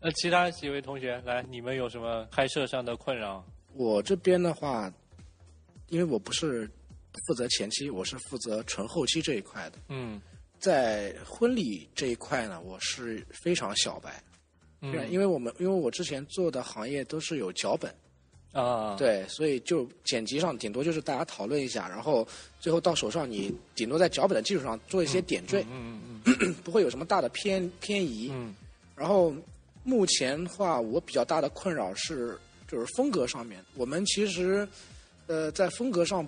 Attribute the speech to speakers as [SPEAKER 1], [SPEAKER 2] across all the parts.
[SPEAKER 1] 呃，其他几位同学，来，你们有什么拍摄上的困扰？
[SPEAKER 2] 我这边的话，因为我不是负责前期，我是负责纯后期这一块的。
[SPEAKER 1] 嗯
[SPEAKER 2] 在婚礼这一块呢，我是非常小白，对，
[SPEAKER 1] 嗯
[SPEAKER 2] 啊因为我们因为我之前做的行业都是有脚本，
[SPEAKER 1] 啊，
[SPEAKER 2] 对，所以就剪辑上顶多就是大家讨论一下，然后最后到手上你顶多在脚本的基础上做一些点缀，
[SPEAKER 1] 嗯嗯嗯
[SPEAKER 2] 不会有什么大的偏偏移。
[SPEAKER 1] 嗯
[SPEAKER 2] 然后目前的话，我比较大的困扰是就是风格上面，我们其实呃在风格上，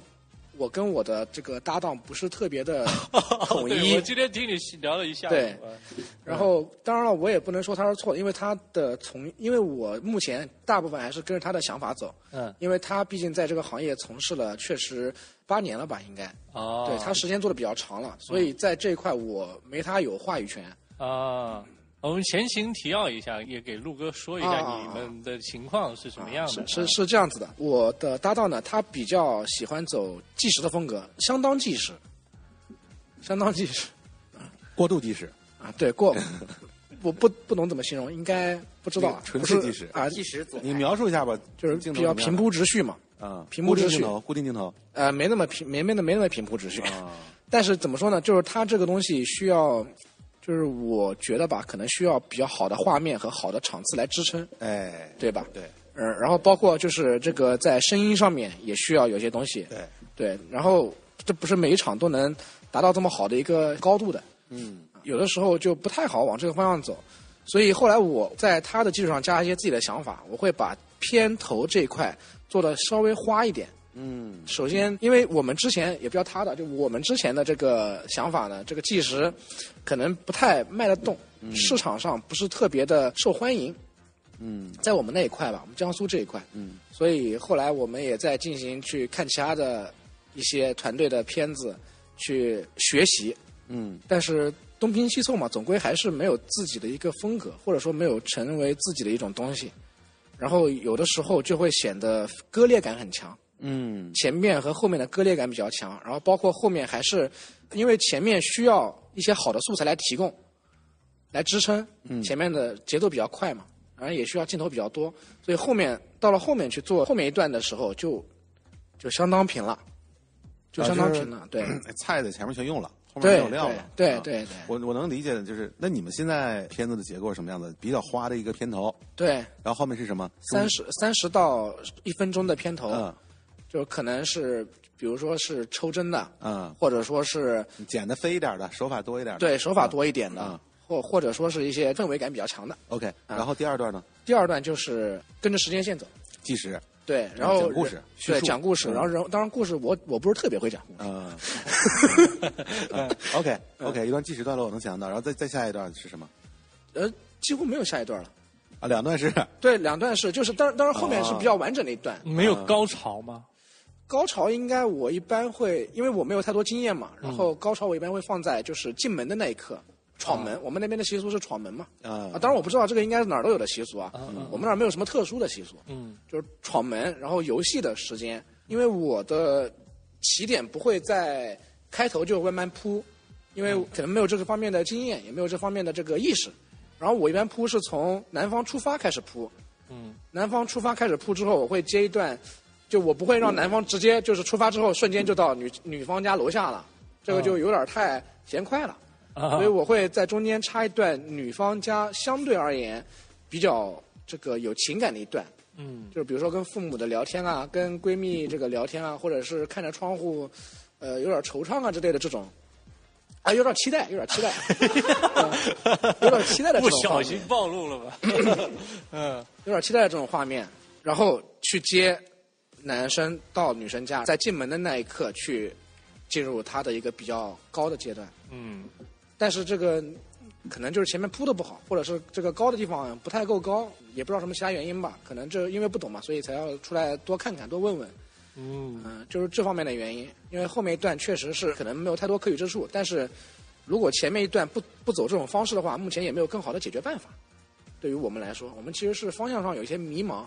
[SPEAKER 2] 我跟我的这个搭档不是特 别的统
[SPEAKER 1] 哦对
[SPEAKER 2] 一
[SPEAKER 1] 我。今天听你聊了一下午，
[SPEAKER 2] 对
[SPEAKER 1] 呃
[SPEAKER 2] 然后当然了，我也不能说他是错的，因为他的从因为我目前大部分还是跟着他的想法走，
[SPEAKER 1] 嗯
[SPEAKER 2] 因为他毕竟在这个行业从事了确实八年了吧，应该，
[SPEAKER 1] 啊，
[SPEAKER 3] 哦
[SPEAKER 2] 对他时间做的比较长了，所以在这一块我没他有话语权。
[SPEAKER 1] 啊，我们前情提要一下，也给陆哥说一下
[SPEAKER 2] 啊
[SPEAKER 1] 你们的情况是什么样的。
[SPEAKER 2] 啊是是是这样子的，我的搭档呢，他比较喜欢走纪实的风格，相当纪实，相当纪实
[SPEAKER 4] 过渡计时，
[SPEAKER 2] 啊，对 过，我不不懂怎么形容，应该不知道啊，
[SPEAKER 4] 纯
[SPEAKER 2] 不是
[SPEAKER 4] 纪实
[SPEAKER 2] 啊，
[SPEAKER 3] 计时左
[SPEAKER 4] 你
[SPEAKER 3] 派
[SPEAKER 4] 描述一下吧，
[SPEAKER 2] 就是
[SPEAKER 4] 镜头
[SPEAKER 2] 比较
[SPEAKER 4] 怎么样
[SPEAKER 2] 平铺直叙嘛，
[SPEAKER 4] 啊，
[SPEAKER 2] 平铺
[SPEAKER 4] 固定
[SPEAKER 2] 直叙
[SPEAKER 4] 镜头，固定镜头
[SPEAKER 2] 呃，没那么平，没没那没那么平铺直叙，
[SPEAKER 4] 啊，
[SPEAKER 2] 但是怎么说呢，就是他这个东西需要。就是我觉得吧，可能需要比较好的画面和好的场次来支撑，
[SPEAKER 4] 哎，
[SPEAKER 2] 对吧？
[SPEAKER 4] 对
[SPEAKER 2] 嗯，然后包括就是这个在声音上面也需要有些东西，
[SPEAKER 4] 对，
[SPEAKER 2] 对，然后这不是每一场都能达到这么好的一个高度的，
[SPEAKER 4] 嗯，
[SPEAKER 2] 有的时候就不太好往这个方向走，所以后来我在他的基础上加一些自己的想法，我会把片头这一块做的稍微花一点。
[SPEAKER 4] 嗯，
[SPEAKER 2] 首先，因为我们之前也不叫他的，就我们之前的这个想法呢，这个计时可能不太卖得动，市场上不是特别的受欢迎。
[SPEAKER 4] 嗯，
[SPEAKER 2] 在我们那一块吧，我们江苏这一块，
[SPEAKER 4] 嗯，
[SPEAKER 2] 所以后来我们也在进行去看其他的一些团队的片子去学习，
[SPEAKER 4] 嗯，
[SPEAKER 2] 但是东拼西凑嘛，总归还是没有自己的一个风格，或者说没有成为自己的一种东西，然后有的时候就会显得割裂感很强，
[SPEAKER 4] 嗯，
[SPEAKER 2] 前面和后面的割裂感比较强，然后包括后面还是因为前面需要一些好的素材来提供，来支撑，
[SPEAKER 4] 嗯
[SPEAKER 2] 前面的节奏比较快嘛，然后也需要镜头比较多，所以后面到了后面去做后面一段的时候就就相当平了，就相当平了，对
[SPEAKER 4] 哎菜在前面全用了， 后面没
[SPEAKER 2] 对
[SPEAKER 4] 有料
[SPEAKER 2] 对
[SPEAKER 4] 了，
[SPEAKER 2] 对
[SPEAKER 4] 啊
[SPEAKER 2] 对对
[SPEAKER 4] 我我能理解的就是，那你们现在片子的结构是什么样子？比较花的一个片头，
[SPEAKER 2] 对，
[SPEAKER 4] 然后后面是什么？
[SPEAKER 2] 三十三十到一分钟的片头，
[SPEAKER 4] 嗯
[SPEAKER 2] 就可能是比如说是抽帧的，
[SPEAKER 4] 嗯，
[SPEAKER 2] 或者说是
[SPEAKER 4] 剪的飞一点的，手法多一点的。
[SPEAKER 2] 对手法多一点的，嗯
[SPEAKER 4] 嗯
[SPEAKER 2] 或或者说是一些氛围感比较强的。
[SPEAKER 4] OK，然后第二段呢？
[SPEAKER 2] 第二段就是跟着时间线走，
[SPEAKER 4] 计时，
[SPEAKER 2] 对，然后
[SPEAKER 4] 讲故事叙
[SPEAKER 2] 对，
[SPEAKER 4] 述
[SPEAKER 2] 讲故事，
[SPEAKER 4] 嗯
[SPEAKER 2] 然后然后当然故事我我不是特别会讲故事，
[SPEAKER 4] 嗯，OK
[SPEAKER 2] 嗯
[SPEAKER 4] OK，一段计时段落我能想到，然后再再下一段是什么？
[SPEAKER 2] 呃，几乎没有下一段了。
[SPEAKER 4] 啊，两段是
[SPEAKER 2] 对，两段是就是当当然后面是比较完整的一段，
[SPEAKER 1] 哦
[SPEAKER 2] 嗯
[SPEAKER 1] 没有高潮吗？
[SPEAKER 2] 高潮应该我一般会，因为我没有太多经验嘛，然后
[SPEAKER 1] 嗯
[SPEAKER 2] 高潮我一般会放在就是进门的那一刻，闯
[SPEAKER 1] 哦
[SPEAKER 2] 门。我们那边的习俗是闯门嘛，
[SPEAKER 4] 嗯
[SPEAKER 2] 啊，当然我不知道这个应该是哪儿都有的习俗啊，我们那儿没有什么特殊的习俗，
[SPEAKER 1] 嗯
[SPEAKER 2] 就是闯门，然后游戏的时间，因为我的起点不会在开头就慢慢铺，因为可能没有这个方面的经验，也没有这方面的这个意识，然后我一般铺是从南方出发开始铺，
[SPEAKER 1] 嗯，
[SPEAKER 2] 南方出发开始铺之后，我会接一段，就我不会让南方直接就是出发之后瞬间就到女女方家楼下了，这个就有点太嫌快了，
[SPEAKER 1] 啊
[SPEAKER 2] 所以我会在中间插一段女方家相对而言比较这个有情感的一段，
[SPEAKER 1] 嗯
[SPEAKER 2] 就是比如说跟父母的聊天啊，跟闺蜜这个聊天啊，或者是看着窗户，呃，有点惆怅啊之类的这种，啊，有点期待，有点期待， 嗯有点期待的 这
[SPEAKER 1] 不
[SPEAKER 2] 种
[SPEAKER 1] 小
[SPEAKER 2] 画面
[SPEAKER 1] 心暴露了吧？嗯
[SPEAKER 2] 有点期待的这种画面，然后去接男生到女生家，在进门的那一刻去进入他的一个比较高的阶段，
[SPEAKER 1] 嗯
[SPEAKER 2] 但是这个可能就是前面铺的不好，或者是这个高的地方不太够高，也不知道什么其他原因吧，可能这因为不懂嘛，所以才要出来多看看多问问，
[SPEAKER 1] 嗯
[SPEAKER 2] 嗯、就是这方面的原因，因为后面一段确实是可能没有太多可取之处，但是如果前面一段不不走这种方式的话，目前也没有更好的解决办法。对于我们来说，我们其实是方向上有一些迷茫，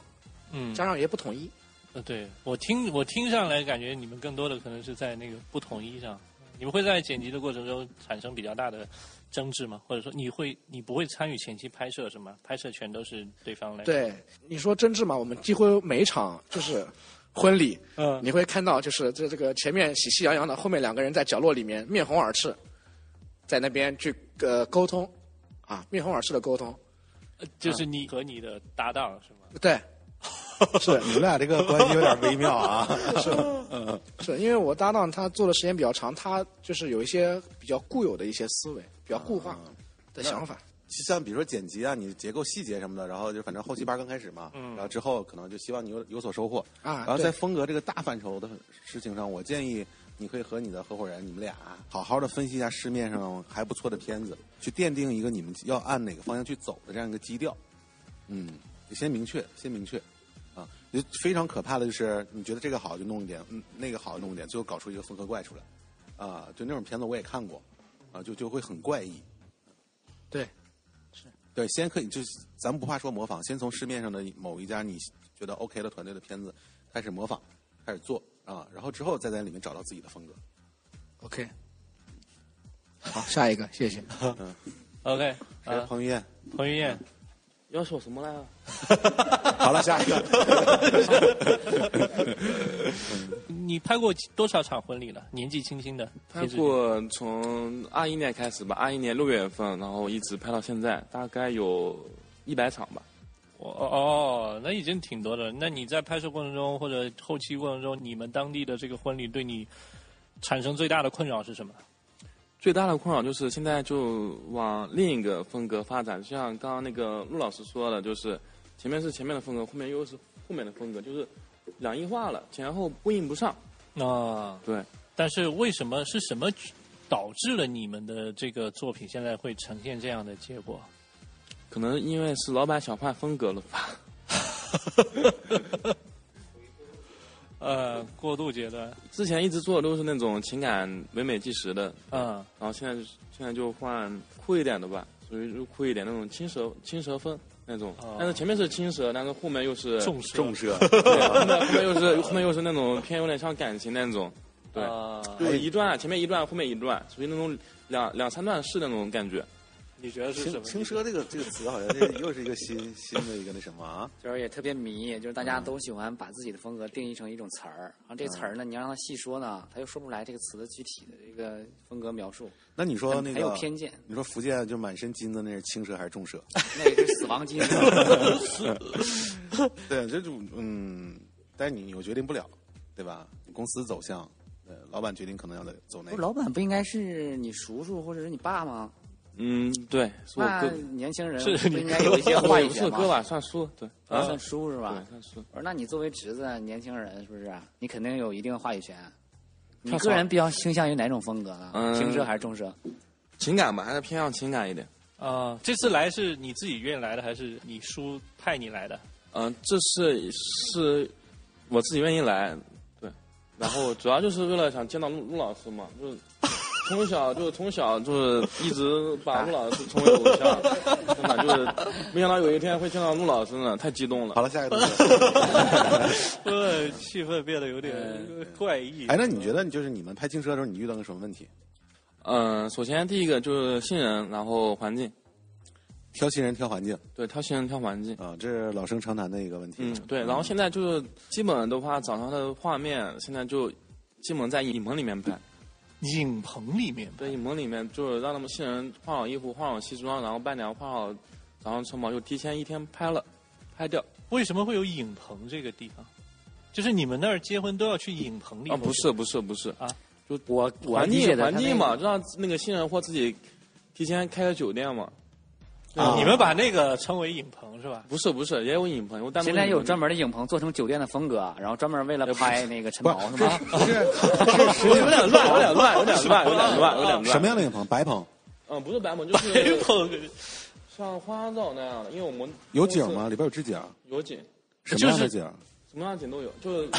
[SPEAKER 1] 嗯，
[SPEAKER 2] 加上有些不统一。
[SPEAKER 1] 呃对我听我听上来感觉你们更多的可能是在那个不统一上，你们会在剪辑的过程中产生比较大的争执吗？或者说你会你不会参与前期拍摄是吗？拍摄全都是对方来。，
[SPEAKER 2] 对，你说争执嘛，我们几乎每一场就是婚礼，
[SPEAKER 1] 嗯
[SPEAKER 2] 你会看到就是这这个前面喜气洋洋的，后面两个人在角落里面面红耳赤，在那边去呃沟通，啊，面红耳赤的沟通，
[SPEAKER 1] 就是你和你的搭档是吗？
[SPEAKER 2] 对，
[SPEAKER 4] 是你们俩这个关系有点微妙啊。
[SPEAKER 1] 嗯
[SPEAKER 2] 是因为我搭档他做的时间比较长，他就是有一些比较固有的一些思维，比较固化
[SPEAKER 1] 嗯
[SPEAKER 2] 的想法。
[SPEAKER 4] 像比如说剪辑啊，你结构细节什么的，然后就反正后期班刚开始嘛，然后之后可能就希望你有有所收获
[SPEAKER 2] 嗯啊
[SPEAKER 4] 然后
[SPEAKER 2] 对
[SPEAKER 4] 在风格这个大范畴的事情上，我建议你可以和你的合伙人，你们俩啊好好的分析一下市面上还不错的片子，去奠定一个你们要按哪个方向去走的这样一个基调。嗯，先明确，先明确。啊，就非常可怕的就是，你觉得这个好就弄一点，嗯，那个好弄一点，最后搞出一个缝合怪出来，啊，就那种片子我也看过，啊，就就会很怪异，
[SPEAKER 2] 对，
[SPEAKER 4] 对，先可以就是咱们不怕说模仿，先从市面上的某一家你觉得 OK 的团队的片子开始模仿，开始做啊，然后之后再在里面找到自己的风格。
[SPEAKER 2] OK，好，下一个，谢谢。
[SPEAKER 1] 嗯 OK，
[SPEAKER 4] 谁是
[SPEAKER 1] 啊，
[SPEAKER 4] 彭于晏？
[SPEAKER 1] 彭于晏，
[SPEAKER 3] 要说什么来着？
[SPEAKER 4] 好了，下一个。
[SPEAKER 1] 你拍过多少场婚礼了？年纪轻轻的，
[SPEAKER 3] 拍过从二一年开始吧，二一年六月份，然后一直拍到现在，大概有一百场吧。
[SPEAKER 1] 哦哦，那已经挺多的。那你在拍摄过程中或者后期过程中，你们当地的这个婚礼对你产生最大的困扰是什么？
[SPEAKER 3] 最大的困扰就是现在就往另一个风格发展，就像刚刚那个陆老师说的，就是前面是前面的风格，后面又是后面的风格，就是两异化了，前后呼应不上。
[SPEAKER 1] 啊、
[SPEAKER 3] 对，
[SPEAKER 1] 但是为什么是什么导致了你们的这个作品现在会呈现这样的结果？
[SPEAKER 3] 可能因为是老板想换风格了吧。
[SPEAKER 1] 呃，过度阶段，
[SPEAKER 3] 之前一直做的都是那种情感唯美纪实的，
[SPEAKER 1] 嗯，
[SPEAKER 3] 然后现在就是现在就换酷一点的吧，属于就酷一点那种青蛇青蛇风那种
[SPEAKER 1] 哦，
[SPEAKER 3] 但是前面是青蛇，但是后面又是
[SPEAKER 1] 重视
[SPEAKER 4] 重射，
[SPEAKER 3] 对后面后面又是后面又是那种偏有点像感情那种，对，
[SPEAKER 1] 啊
[SPEAKER 3] 就是一段前面一段后面一段，属于那种两两三段式那种感觉。
[SPEAKER 1] 你觉得是什
[SPEAKER 4] 轻
[SPEAKER 1] 么？
[SPEAKER 4] 轻奢这 个这个词好像这又是一个新新的一个那什么啊？
[SPEAKER 5] 就是也特别迷，就是大家都喜欢把自己的风格定义成一种词儿，然后这词儿呢，你让他细说呢，他又说不出来这个词的具体的这个风格描述，
[SPEAKER 4] 那你说那
[SPEAKER 5] 很有
[SPEAKER 4] 个
[SPEAKER 5] 偏见，
[SPEAKER 4] 你说福建就满身金子那是轻奢还是重奢？
[SPEAKER 5] 那个是死亡金。
[SPEAKER 4] 对，这就嗯，但是你你又决定不了，对吧？公司走向，呃，老板决定可能要得走那
[SPEAKER 5] 不是
[SPEAKER 4] 个。
[SPEAKER 5] 老板不应该是你叔叔或者是你爸吗？
[SPEAKER 3] 嗯，对，是我
[SPEAKER 5] 那
[SPEAKER 3] 哥，
[SPEAKER 5] 年轻人
[SPEAKER 1] 是
[SPEAKER 5] 不
[SPEAKER 1] 你
[SPEAKER 5] 应该有一些话
[SPEAKER 3] 我也
[SPEAKER 5] 语
[SPEAKER 3] 不
[SPEAKER 5] 权
[SPEAKER 3] 是
[SPEAKER 5] 吗？
[SPEAKER 3] 哥吧，算叔，对，
[SPEAKER 5] 啊，算叔是吧
[SPEAKER 3] 对，？算叔。
[SPEAKER 5] 我说，那你作为侄子，年轻人是不是？你肯定有一定的话语权。你
[SPEAKER 1] 他
[SPEAKER 5] 个人比较倾向于哪种风格呢？
[SPEAKER 3] 嗯
[SPEAKER 5] 轻奢还是重奢？
[SPEAKER 3] 情感吧，还是偏向情感一点。
[SPEAKER 1] 啊、这次来是你自己愿意来的，还是你叔派你来的？
[SPEAKER 3] 嗯，这次是我自己愿意来，对，然后主要就是为了想见到陆陆老师嘛， 就是从小就是从小就是一直把陆老师成为偶像， 真的就是没想到有一天会见到陆老师呢，太激动了
[SPEAKER 4] 好。了，下一个同学。
[SPEAKER 1] 呃，气氛变得有点怪异。
[SPEAKER 4] 哎，那你觉得就是你们拍轻奢的时候，你遇到个什么问题？
[SPEAKER 3] 嗯、首先第一个就是信任，然后环境，
[SPEAKER 4] 挑新人，挑环境
[SPEAKER 3] 对，挑信任挑环境。
[SPEAKER 4] 啊，这是老生常谈的一个问题。
[SPEAKER 3] 嗯，对，然后现在就是基本的话，早上的画面现在就基本在影棚里面拍。
[SPEAKER 1] 影棚里面，
[SPEAKER 3] 对，影棚里面就是让他们新人换好衣服、换好西装，然后伴娘换好早上穿毛，就提前一天拍了，拍掉。哦
[SPEAKER 1] 为什么会有影棚这个地方？就是你们那儿结婚都要去影棚里
[SPEAKER 3] 啊，
[SPEAKER 1] 面
[SPEAKER 3] 不是，不是，不是，
[SPEAKER 1] 啊
[SPEAKER 5] 我我
[SPEAKER 3] 环
[SPEAKER 5] 理解
[SPEAKER 3] 境
[SPEAKER 5] 的
[SPEAKER 3] 环
[SPEAKER 5] 他那
[SPEAKER 3] 境
[SPEAKER 5] 个
[SPEAKER 3] 嘛，让那个新人或自己提前开个酒店嘛。
[SPEAKER 4] 啊
[SPEAKER 1] 你们把那个称为影棚是吧？
[SPEAKER 3] 不是，不是，也有影棚，有单独
[SPEAKER 5] 现在
[SPEAKER 3] 影棚
[SPEAKER 5] 有专门的影棚做成酒店的风格，然后专门为了拍那个陈
[SPEAKER 4] 不
[SPEAKER 5] 毛
[SPEAKER 4] 是，
[SPEAKER 5] 是吗？
[SPEAKER 4] 这是这是
[SPEAKER 3] 有点乱，有点乱，有点乱，有点乱，有点乱。
[SPEAKER 4] 什么样的影棚？白棚
[SPEAKER 3] 嗯，不是白 棚，就
[SPEAKER 1] 影
[SPEAKER 3] 是
[SPEAKER 1] 棚
[SPEAKER 3] 像花照那样的，因为我们
[SPEAKER 4] 有景？吗？里边有置景？
[SPEAKER 3] 有景，
[SPEAKER 4] 什么样的景？
[SPEAKER 3] 什么样的景都有， 就是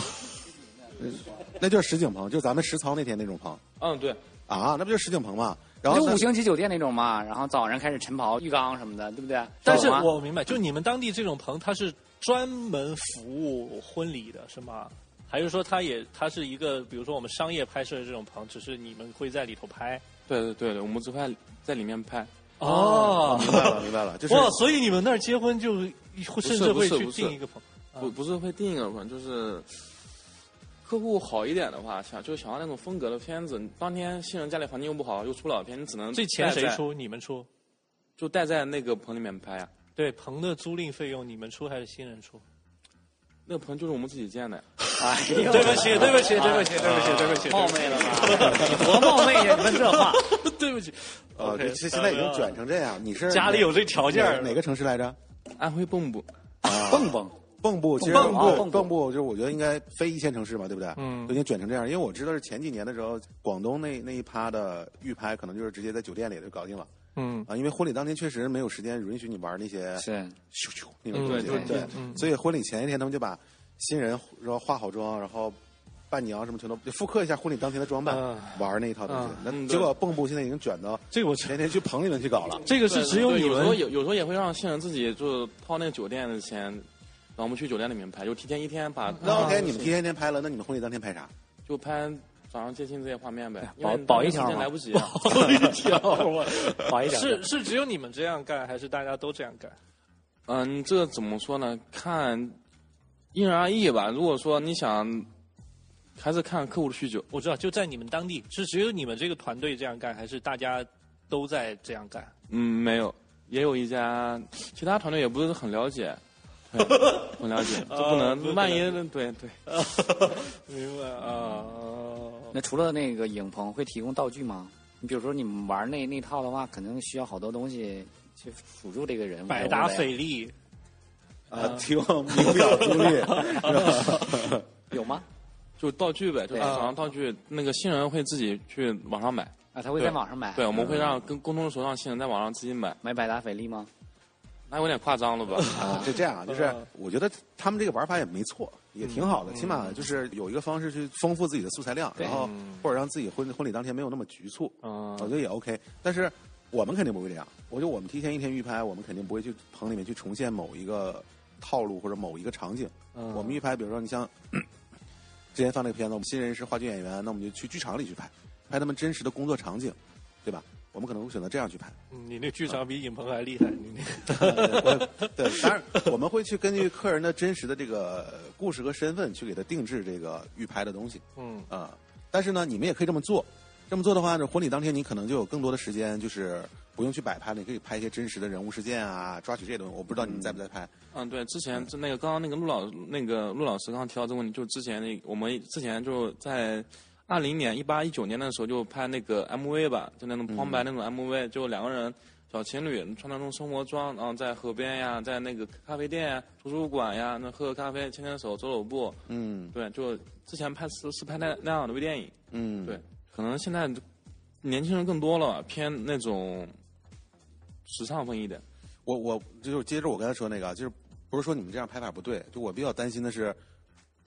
[SPEAKER 4] 那就是实景棚，就是咱们实操那天那种棚
[SPEAKER 3] 嗯，对，
[SPEAKER 4] 啊，那不就是实景棚吗？然后
[SPEAKER 5] 就
[SPEAKER 4] 它
[SPEAKER 5] 五星级酒店那种嘛，然后早上开始晨跑、浴缸什么的，对不对？
[SPEAKER 1] 但是
[SPEAKER 5] 懂吗
[SPEAKER 1] 我明白，就你们当地这种棚，它是专门服务婚礼的，是吗？还是说它也它是一个，比如说我们商业拍摄的这种棚，只是你们会在里头拍？
[SPEAKER 3] 对对对对，我们只拍在里面拍，
[SPEAKER 1] 哦
[SPEAKER 4] 明白了，明白了，就是
[SPEAKER 1] 哇，所以你们那儿结婚就甚至会
[SPEAKER 3] 不是
[SPEAKER 1] 去
[SPEAKER 3] 不是
[SPEAKER 1] 订一个啊棚，
[SPEAKER 3] 不不是会定一个款，就是客户好一点的话，想就是想要那种风格的片子，当天新人家里环境又不好，又出不了片，你只能
[SPEAKER 1] 这钱
[SPEAKER 3] 带
[SPEAKER 1] 谁
[SPEAKER 3] 在？
[SPEAKER 1] 出？你们出？
[SPEAKER 3] 就带在那个棚里面拍呀、啊
[SPEAKER 1] 对，棚的租赁费用你们出还是新人出？
[SPEAKER 3] 那个棚就是我们自己建的，哎啊
[SPEAKER 5] 哎呦， 啊
[SPEAKER 1] 对不起，对不起，对不起，对不起，对不起，
[SPEAKER 5] 冒昧了吧？你 多冒昧呀！你问这话，哦
[SPEAKER 1] 对不起。
[SPEAKER 4] 呃，
[SPEAKER 1] OK，
[SPEAKER 4] 这这现在已经卷成这样，你是
[SPEAKER 1] 家里有这条件
[SPEAKER 4] 哪
[SPEAKER 1] 儿
[SPEAKER 4] 哪个城市来着？啊
[SPEAKER 3] 安徽蚌埠。
[SPEAKER 5] 蹦蹦，
[SPEAKER 4] 蚌埠，其实
[SPEAKER 5] 蚌埠
[SPEAKER 4] 蚌
[SPEAKER 5] 蚌埠
[SPEAKER 4] 埠就是我觉得应该非一线城市吧，对不对？嗯，都已经卷成这样，因为我知道是前几年的时候，广东那那一趴的预拍可能就是直接在酒店里就搞定了
[SPEAKER 1] 嗯，
[SPEAKER 4] 啊，因为婚礼当天确实没有时间允许你玩那些
[SPEAKER 5] 是
[SPEAKER 4] 咻咻那
[SPEAKER 1] 嗯
[SPEAKER 4] 种东西，
[SPEAKER 3] 对对
[SPEAKER 4] 对，所以婚礼前一天他们就把新人然后化好妆，然后伴娘什么全都就复刻一下婚礼当天的装扮，
[SPEAKER 1] 嗯
[SPEAKER 4] 玩那一套东西。那
[SPEAKER 3] 嗯
[SPEAKER 4] 结果蚌埠现在已经卷到
[SPEAKER 1] 这个我
[SPEAKER 4] 前天去棚里面去搞了，
[SPEAKER 1] 这个是只有
[SPEAKER 3] 对
[SPEAKER 1] 你
[SPEAKER 3] 有时候
[SPEAKER 1] 们
[SPEAKER 3] 有有时候也会让新人自己就是掏那个酒店的钱，然后我们去酒店里面拍，就提前一天把
[SPEAKER 1] 啊
[SPEAKER 3] 啊
[SPEAKER 4] 那 OK，你们提前一天拍了，那你们婚礼当天拍啥？
[SPEAKER 3] 就拍早上接亲这些 画面呗，因
[SPEAKER 5] 保
[SPEAKER 3] 为
[SPEAKER 5] 保一条
[SPEAKER 3] 时间
[SPEAKER 5] 嘛
[SPEAKER 3] 来 不及啊。
[SPEAKER 5] 好一点。
[SPEAKER 1] 是是只有你们这样干，还是大家都这样干？
[SPEAKER 3] 嗯，这个怎么说呢？看因人而异吧。如果说你想，还是看客户的需求。
[SPEAKER 1] 我知道，就在你们当地，是只有你们这个团队这样干，还是大家都在这样干？
[SPEAKER 3] 嗯，没有，也有一家，其他团队也不是很了解， 对很了解，就不
[SPEAKER 5] 啊
[SPEAKER 1] 不是
[SPEAKER 3] 能
[SPEAKER 1] 很
[SPEAKER 3] 万一
[SPEAKER 1] 了
[SPEAKER 3] 对对，
[SPEAKER 1] 明白啊。哦
[SPEAKER 5] 那除了那个影棚会提供道具吗？你比如说你们玩那那套的话，肯定需要好多东西去辅助这个人物。呃
[SPEAKER 1] 百达翡丽，
[SPEAKER 4] 啊，提供名表租 赁，
[SPEAKER 5] 有吗？
[SPEAKER 3] 就道具呗，就
[SPEAKER 5] 对
[SPEAKER 3] 是网上道具，那个新人会自己去网上买。
[SPEAKER 5] 啊，他会在网上买。
[SPEAKER 3] 对，我们会让跟沟通的时候让新人在网上自己买，
[SPEAKER 5] 买百达翡丽吗？ 哦
[SPEAKER 3] 那有点夸张 了吧？
[SPEAKER 4] 啊，就这样啊，就是我觉得他们这个玩法也没错，也挺好的，起码就是有一个方式去丰富自己的素材量，然后或者让自己婚婚礼当天没有那么局促，
[SPEAKER 3] 嗯
[SPEAKER 4] 我觉得也 OK。但是我们肯定不会这样，我觉得我们提前一天预拍，我们肯定不会去棚里面去重现某一个套路或者某一个场景。我们预拍，比如说你像 咳之前放那个片子，我们新人是话剧演员，那我们就去剧场里去拍，拍他们真实的工作场景，对吧？我们可能会选择这样去拍。
[SPEAKER 1] 嗯你那剧场比影棚还厉害，你那
[SPEAKER 4] 对，当然我们会去根据客人的真实的这个呃故事和身份去给他定制这个预拍的东西
[SPEAKER 1] 嗯
[SPEAKER 4] 啊、但是呢，你们也可以这么做，这么做的话呢，婚礼当天你可能就有更多的时间，就是不用去摆拍了，你可以拍一些真实的人物事件啊，抓取这些东西。我不知道你们在不在拍，
[SPEAKER 3] 嗯，对，之前就那个刚刚那个陆老那个陆老师刚刚提到这个问题，就之前那我们之前就在二零年、一八、一九年的时候就拍那个 MV 吧，就那种旁
[SPEAKER 5] 嗯
[SPEAKER 3] 白那种 MV，、就两个人小情侣穿那种生活装，然后在河边呀，在那个咖啡店呀、图书馆呀，那喝喝咖啡、牵牵手、走走步，
[SPEAKER 4] 嗯
[SPEAKER 3] 对，就之前拍是是拍那那样的微电影，
[SPEAKER 4] 嗯，
[SPEAKER 3] 对，可能现在年轻人更多了，偏那种时尚风一点。
[SPEAKER 4] 我我就是接着我刚才说那个啊，就是不是说你们这样拍法不对，就我比较担心的是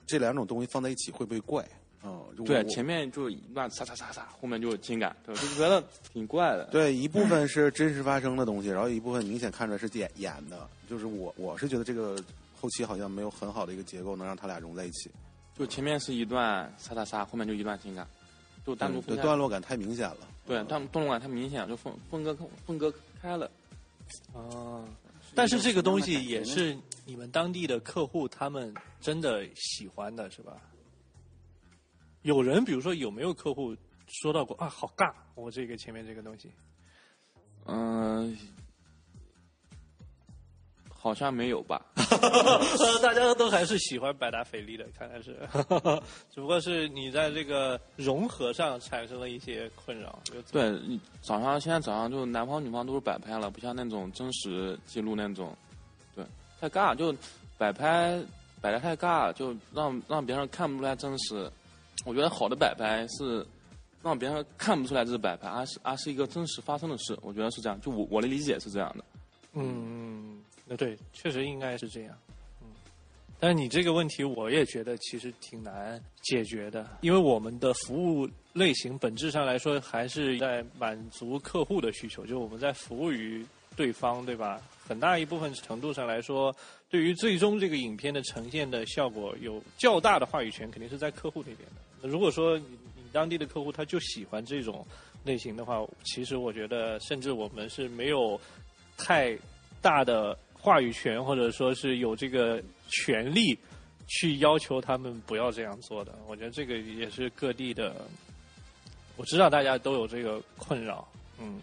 [SPEAKER 4] 这两种东西放在一起会不会怪啊、嗯？就我
[SPEAKER 3] 对，
[SPEAKER 4] 我
[SPEAKER 3] 前面就一乱擦擦擦擦，后面就是情感，对，我就觉得挺怪的。
[SPEAKER 4] 对，一部分是真实发生的东西，然后一部分明显看出来是演演的。就是我我是觉得这个后期好像没有很好的一个结构能让他俩融在一起，
[SPEAKER 3] 就前面是一段擦擦擦，后面就一段情感，就单独
[SPEAKER 4] 嗯对
[SPEAKER 3] 分开。
[SPEAKER 4] 段落感太明显了。
[SPEAKER 3] 对，段段落感太明显了，就分分割分割开了。
[SPEAKER 1] 啊，但是这个东西也是你们当地的客户他们真的喜欢的，是吧？有人比如说有没有客户说到过啊，好尬，我这个前面这个东西，
[SPEAKER 3] 嗯、好像没有 吧？
[SPEAKER 1] 大家都还是喜欢百达翡丽的，看来是， 只不过是你在这个融合上产生了一些困扰。就
[SPEAKER 3] 对，你早上现在早上就男方女方都是摆拍了，不像那种真实记录那种，对，太尬，就摆拍摆的太尬，就让让别人看不出来真实。我觉得好的摆拍是让别人看不出来这是摆拍，而是而是一个真实发生的事。我觉得是这样，就我我的理解是这样的。
[SPEAKER 1] 嗯，那对，确实应该是这样。嗯，但是你这个问题，我也觉得其实挺难解决的，因为我们的服务类型本质上来说还是在满足客户的需求，就我们在服务于对方，对吧？很大一部分程度上来说，对于最终这个影片的呈现的效果有较大的话语权，肯定是在客户那边的。那如果说你你当地的客户他就喜欢这种类型的话，其实我觉得，甚至我们是没有太大的话语权，或者说是有这个权利去要求他们不要这样做的。我觉得这个也是各地的，我知道大家都有这个困扰，嗯，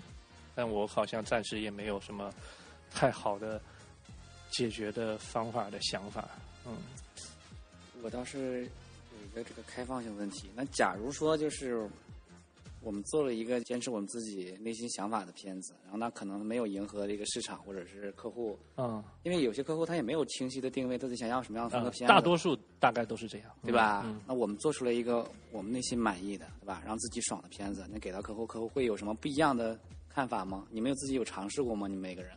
[SPEAKER 1] 但我好像暂时也没有什么太好的解决的方法的想法，嗯，
[SPEAKER 5] 我倒是有一个这个开放性问题。那假如说就是我们做了一个坚持我们自己内心想法的片子，然后那可能没有迎合这个市场或者是客户，
[SPEAKER 1] 嗯，
[SPEAKER 5] 因为有些客户他也没有清晰的定位自己想要什么样的风格
[SPEAKER 1] 呃
[SPEAKER 5] 片子，
[SPEAKER 1] 大多数大概都是这样，
[SPEAKER 5] 对吧、
[SPEAKER 1] 嗯
[SPEAKER 5] 那我们做出了一个我们内心满意的，对吧？让自己爽的片子，那给到客户，客户会有什么不一样的看法吗？你们有自己有尝试过吗？你们每个人，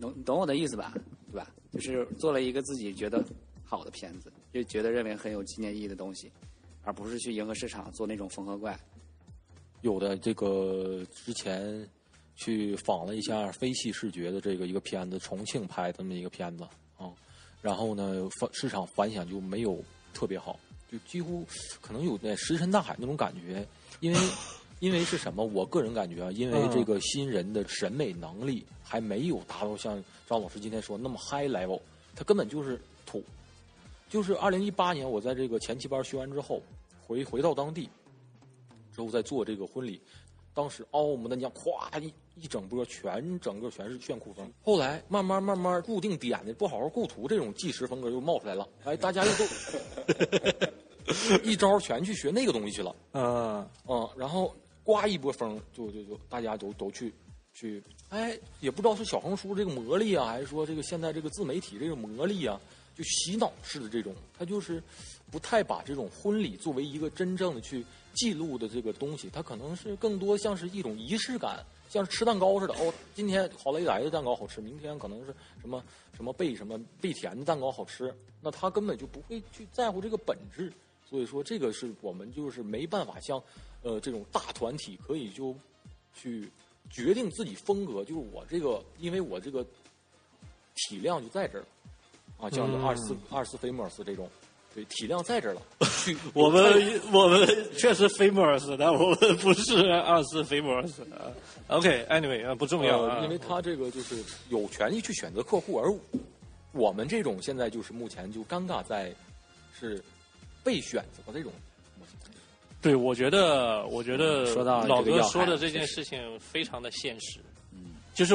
[SPEAKER 5] 懂懂我的意思吧？对吧？就是做了一个自己觉得好的片子，就觉得认为很有纪念意义的东西，而不是去迎合市场做那种缝合怪。
[SPEAKER 6] 有的这个之前去访了一下非系视觉的这个一个片子，重庆拍这么一个片子啊、然后呢，反市场反响就没有特别好，就几乎可能有点石沉大海那种感觉，因为因为是什么？我个人感觉啊，因为这个新人的审美能力还没有达到像张老师今天说那么 high level，他根本就是土。就是二零一八年，我在这个前期班学完之后，回回到当地，之后再做这个婚礼，当时嗷们的娘，咵一一整波全整个全是炫酷风。后来慢慢慢慢固定点的不好好构图，这种纪实风格又冒出来了。哎，大家又都一招全去学那个东西去了。
[SPEAKER 1] 嗯，
[SPEAKER 6] 嗯，然后刮一波风，就就就大家都都去去，哎，也不知道是小红书这个魔力啊，还是说这个现在这个自媒体这个魔力啊，就洗脑式的这种，它就是不太把这种婚礼作为一个真正的去记录的这个东西，它可能是更多像是一种仪式感。像是吃蛋糕似的哦，今天好雷来的蛋糕好吃，明天可能是什么什么贝什么贝甜的蛋糕好吃，那他根本就不会去在乎这个本质，所以说这个是我们就是没办法像呃这种大团体可以就去决定自己风格，就是我这个，因为我这个体量就在这儿了啊，像
[SPEAKER 1] 嗯
[SPEAKER 6] 这二四二四 famous 这种，对，体量在这儿了，去
[SPEAKER 1] 我们我们确实 famous，但我们不是二四 famous 啊。OK，anyway，、啊不重要啊
[SPEAKER 6] 呃，因为他这个就是有权利去选择客户，而我们这种现在就是目前就尴尬在是被选择这种。
[SPEAKER 1] 对，我觉得，我觉得
[SPEAKER 5] 嗯说到
[SPEAKER 1] 老
[SPEAKER 5] 这个
[SPEAKER 1] 哥
[SPEAKER 5] 要害
[SPEAKER 1] 说的
[SPEAKER 5] 了
[SPEAKER 1] 这件事情非常的现实，就是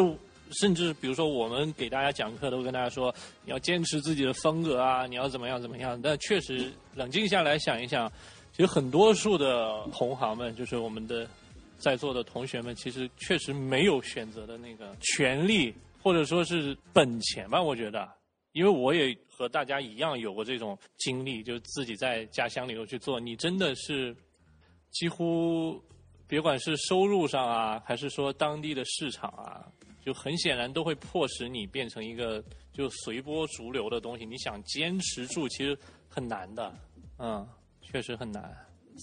[SPEAKER 1] 甚至比如说我们给大家讲课都跟大家说，你要坚持自己的风格啊，你要怎么样怎么样，但确实冷静下来想一想，其实很多数的同行们，就是我们的在座的同学们，其实确实没有选择的那个权利或者说是本钱吧，我觉得。因为我也和大家一样有过这种经历，就自己在家乡里头去做，你真的是几乎别管是收入上啊，还是说当地的市场啊，就很显然都会迫使你变成一个就随波逐流的东西。你想坚持住，其实很难的，嗯，确实很难。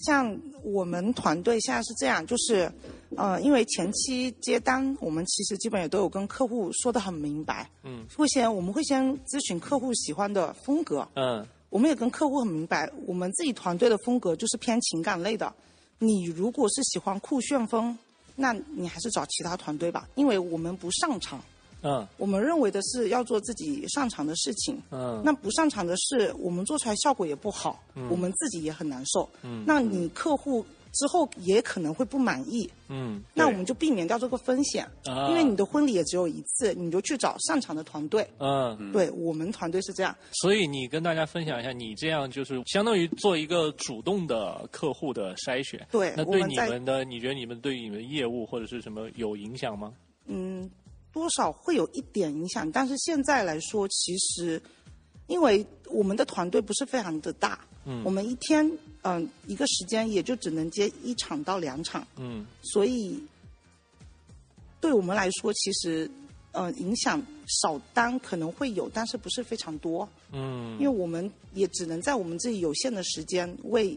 [SPEAKER 7] 像我们团队现在是这样，就是，呃，因为前期接单，我们其实基本也都有跟客户说的很明白，
[SPEAKER 1] 嗯，
[SPEAKER 7] 会先我们会先咨询客户喜欢的风格，
[SPEAKER 1] 嗯
[SPEAKER 7] 我们也跟客户很明白，我们自己团队的风格就是偏情感类的。你如果是喜欢酷炫风，那你还是找其他团队吧，因为我们不擅长，
[SPEAKER 1] 嗯
[SPEAKER 7] 我们认为的是要做自己擅长的事情。
[SPEAKER 1] 嗯
[SPEAKER 7] 那不擅长的是，我们做出来效果也不好，我们自己也很难受。
[SPEAKER 1] 嗯
[SPEAKER 7] 那你客户之后也可能会不满意，
[SPEAKER 1] 嗯，
[SPEAKER 7] 那我们就避免掉这个风险，
[SPEAKER 1] 啊
[SPEAKER 7] 因为你的婚礼也只有一次，你就去找擅长的团队。
[SPEAKER 1] 嗯。
[SPEAKER 7] 对我们团队是这样，
[SPEAKER 1] 所以你跟大家分享一下，你这样就是相当于做一个主动的客户的筛选。
[SPEAKER 7] 对
[SPEAKER 1] 那
[SPEAKER 7] 我
[SPEAKER 1] 对
[SPEAKER 7] 们
[SPEAKER 1] 你
[SPEAKER 7] 在
[SPEAKER 1] 们的，你觉得你们对你们业务或者是什么有影响吗？
[SPEAKER 7] 嗯，多少会有一点影响，但是现在来说，其实因为我们的团队不是非常的大，
[SPEAKER 1] 嗯
[SPEAKER 7] 我们一天嗯、一个时间也就只能接一场到两场，
[SPEAKER 1] 嗯
[SPEAKER 7] 所以对我们来说，其实呃影响少单可能会有，但是不是非常多，因
[SPEAKER 1] 嗯
[SPEAKER 7] 为我们也只能在我们自己有限的时间为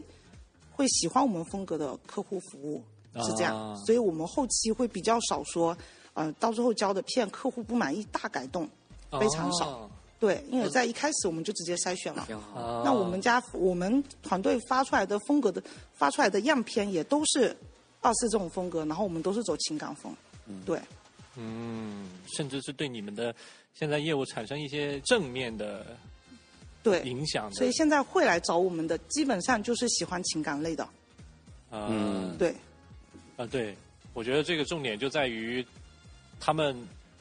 [SPEAKER 7] 会喜欢我们风格的客户服务，是这样。
[SPEAKER 1] 啊
[SPEAKER 7] 所以我们后期会比较少说呃，到最后交的片客户不满意大改动，非常少
[SPEAKER 1] 哦
[SPEAKER 7] 对，因为在一开始我们就直接筛选了。
[SPEAKER 5] 挺好。
[SPEAKER 1] 啊
[SPEAKER 7] 那我们家我们团队发出来的风格的发出来的样片也都是二四这种风格，然后我们都是走情感风，对，
[SPEAKER 1] 嗯，甚至是对你们的现在业务产生一些正面的
[SPEAKER 7] 对，
[SPEAKER 1] 影响的。
[SPEAKER 7] 所以现在会来找我们的，基本上就是喜欢情感类的，
[SPEAKER 1] 啊、
[SPEAKER 4] 嗯
[SPEAKER 7] 对，
[SPEAKER 1] 啊，对，我觉得这个重点就在于他们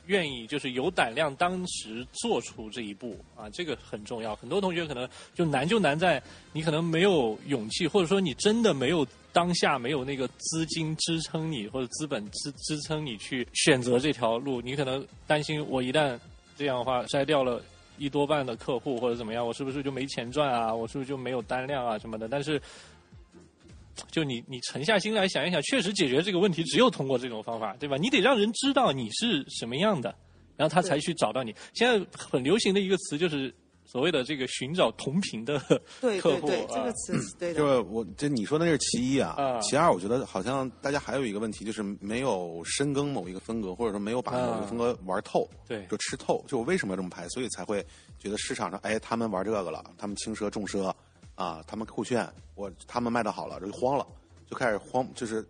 [SPEAKER 1] 愿意就是有胆量，当时做出这一步啊，这个很重要。很多同学可能就难就难在你可能没有勇气，或者说你真的没有当下没有那个资金支撑你，或者资本支支撑你去选择这条路。你可能担心我一旦这样的话筛掉了。一多半的客户或者怎么样，我是不是就没钱赚啊？我是不是就没有单量啊什么的？但是就你你沉下心来想一想，确实解决这个问题只有通过这种方法，对吧？你得让人知道你是什么样的，然后他才去找到你。现在很流行的一个词就是所谓的这个寻找同频的
[SPEAKER 7] 对
[SPEAKER 1] 客
[SPEAKER 7] 对
[SPEAKER 1] 户
[SPEAKER 7] 对，
[SPEAKER 1] 啊
[SPEAKER 7] 这个词是对
[SPEAKER 4] 就
[SPEAKER 7] 的，
[SPEAKER 4] 是我这你说的那是其一啊，
[SPEAKER 1] 啊
[SPEAKER 4] 其二我觉得好像大家还有一个问题就是没有深耕某一个风格，或者说没有把
[SPEAKER 1] 啊
[SPEAKER 4] 某一个风格玩透，
[SPEAKER 1] 对
[SPEAKER 4] 就吃透。就我为什么要这么拍，所以才会觉得市场上哎他们玩这个了，他们轻奢重奢啊，他们酷炫，我他们卖的好了，就慌了，就开始慌，就是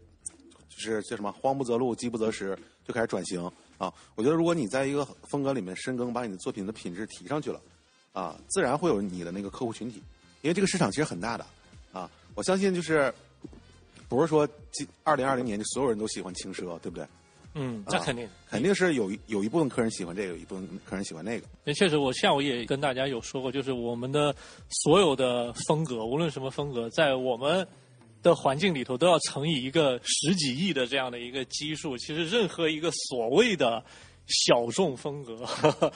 [SPEAKER 4] 就是叫什么慌不择路，饥不择食，就开始转型啊。我觉得如果你在一个风格里面深耕，把你的作品的品质提上去了，啊，自然会有你的那个客户群体，因为这个市场其实很大的啊。我相信就是不是说今二零二零年就所有人都喜欢轻奢，对不对？
[SPEAKER 1] 嗯， 那
[SPEAKER 4] 啊
[SPEAKER 1] 肯定。
[SPEAKER 4] 肯定是有一有一部分客人喜欢这个，有一部分客人喜欢那个。
[SPEAKER 1] 那确实，我下午也跟大家有说过，就是我们的所有的风格，无论什么风格，在我们的环境里头都要乘以一个十几亿的这样的一个基数。其实，任何一个所谓的小众风格，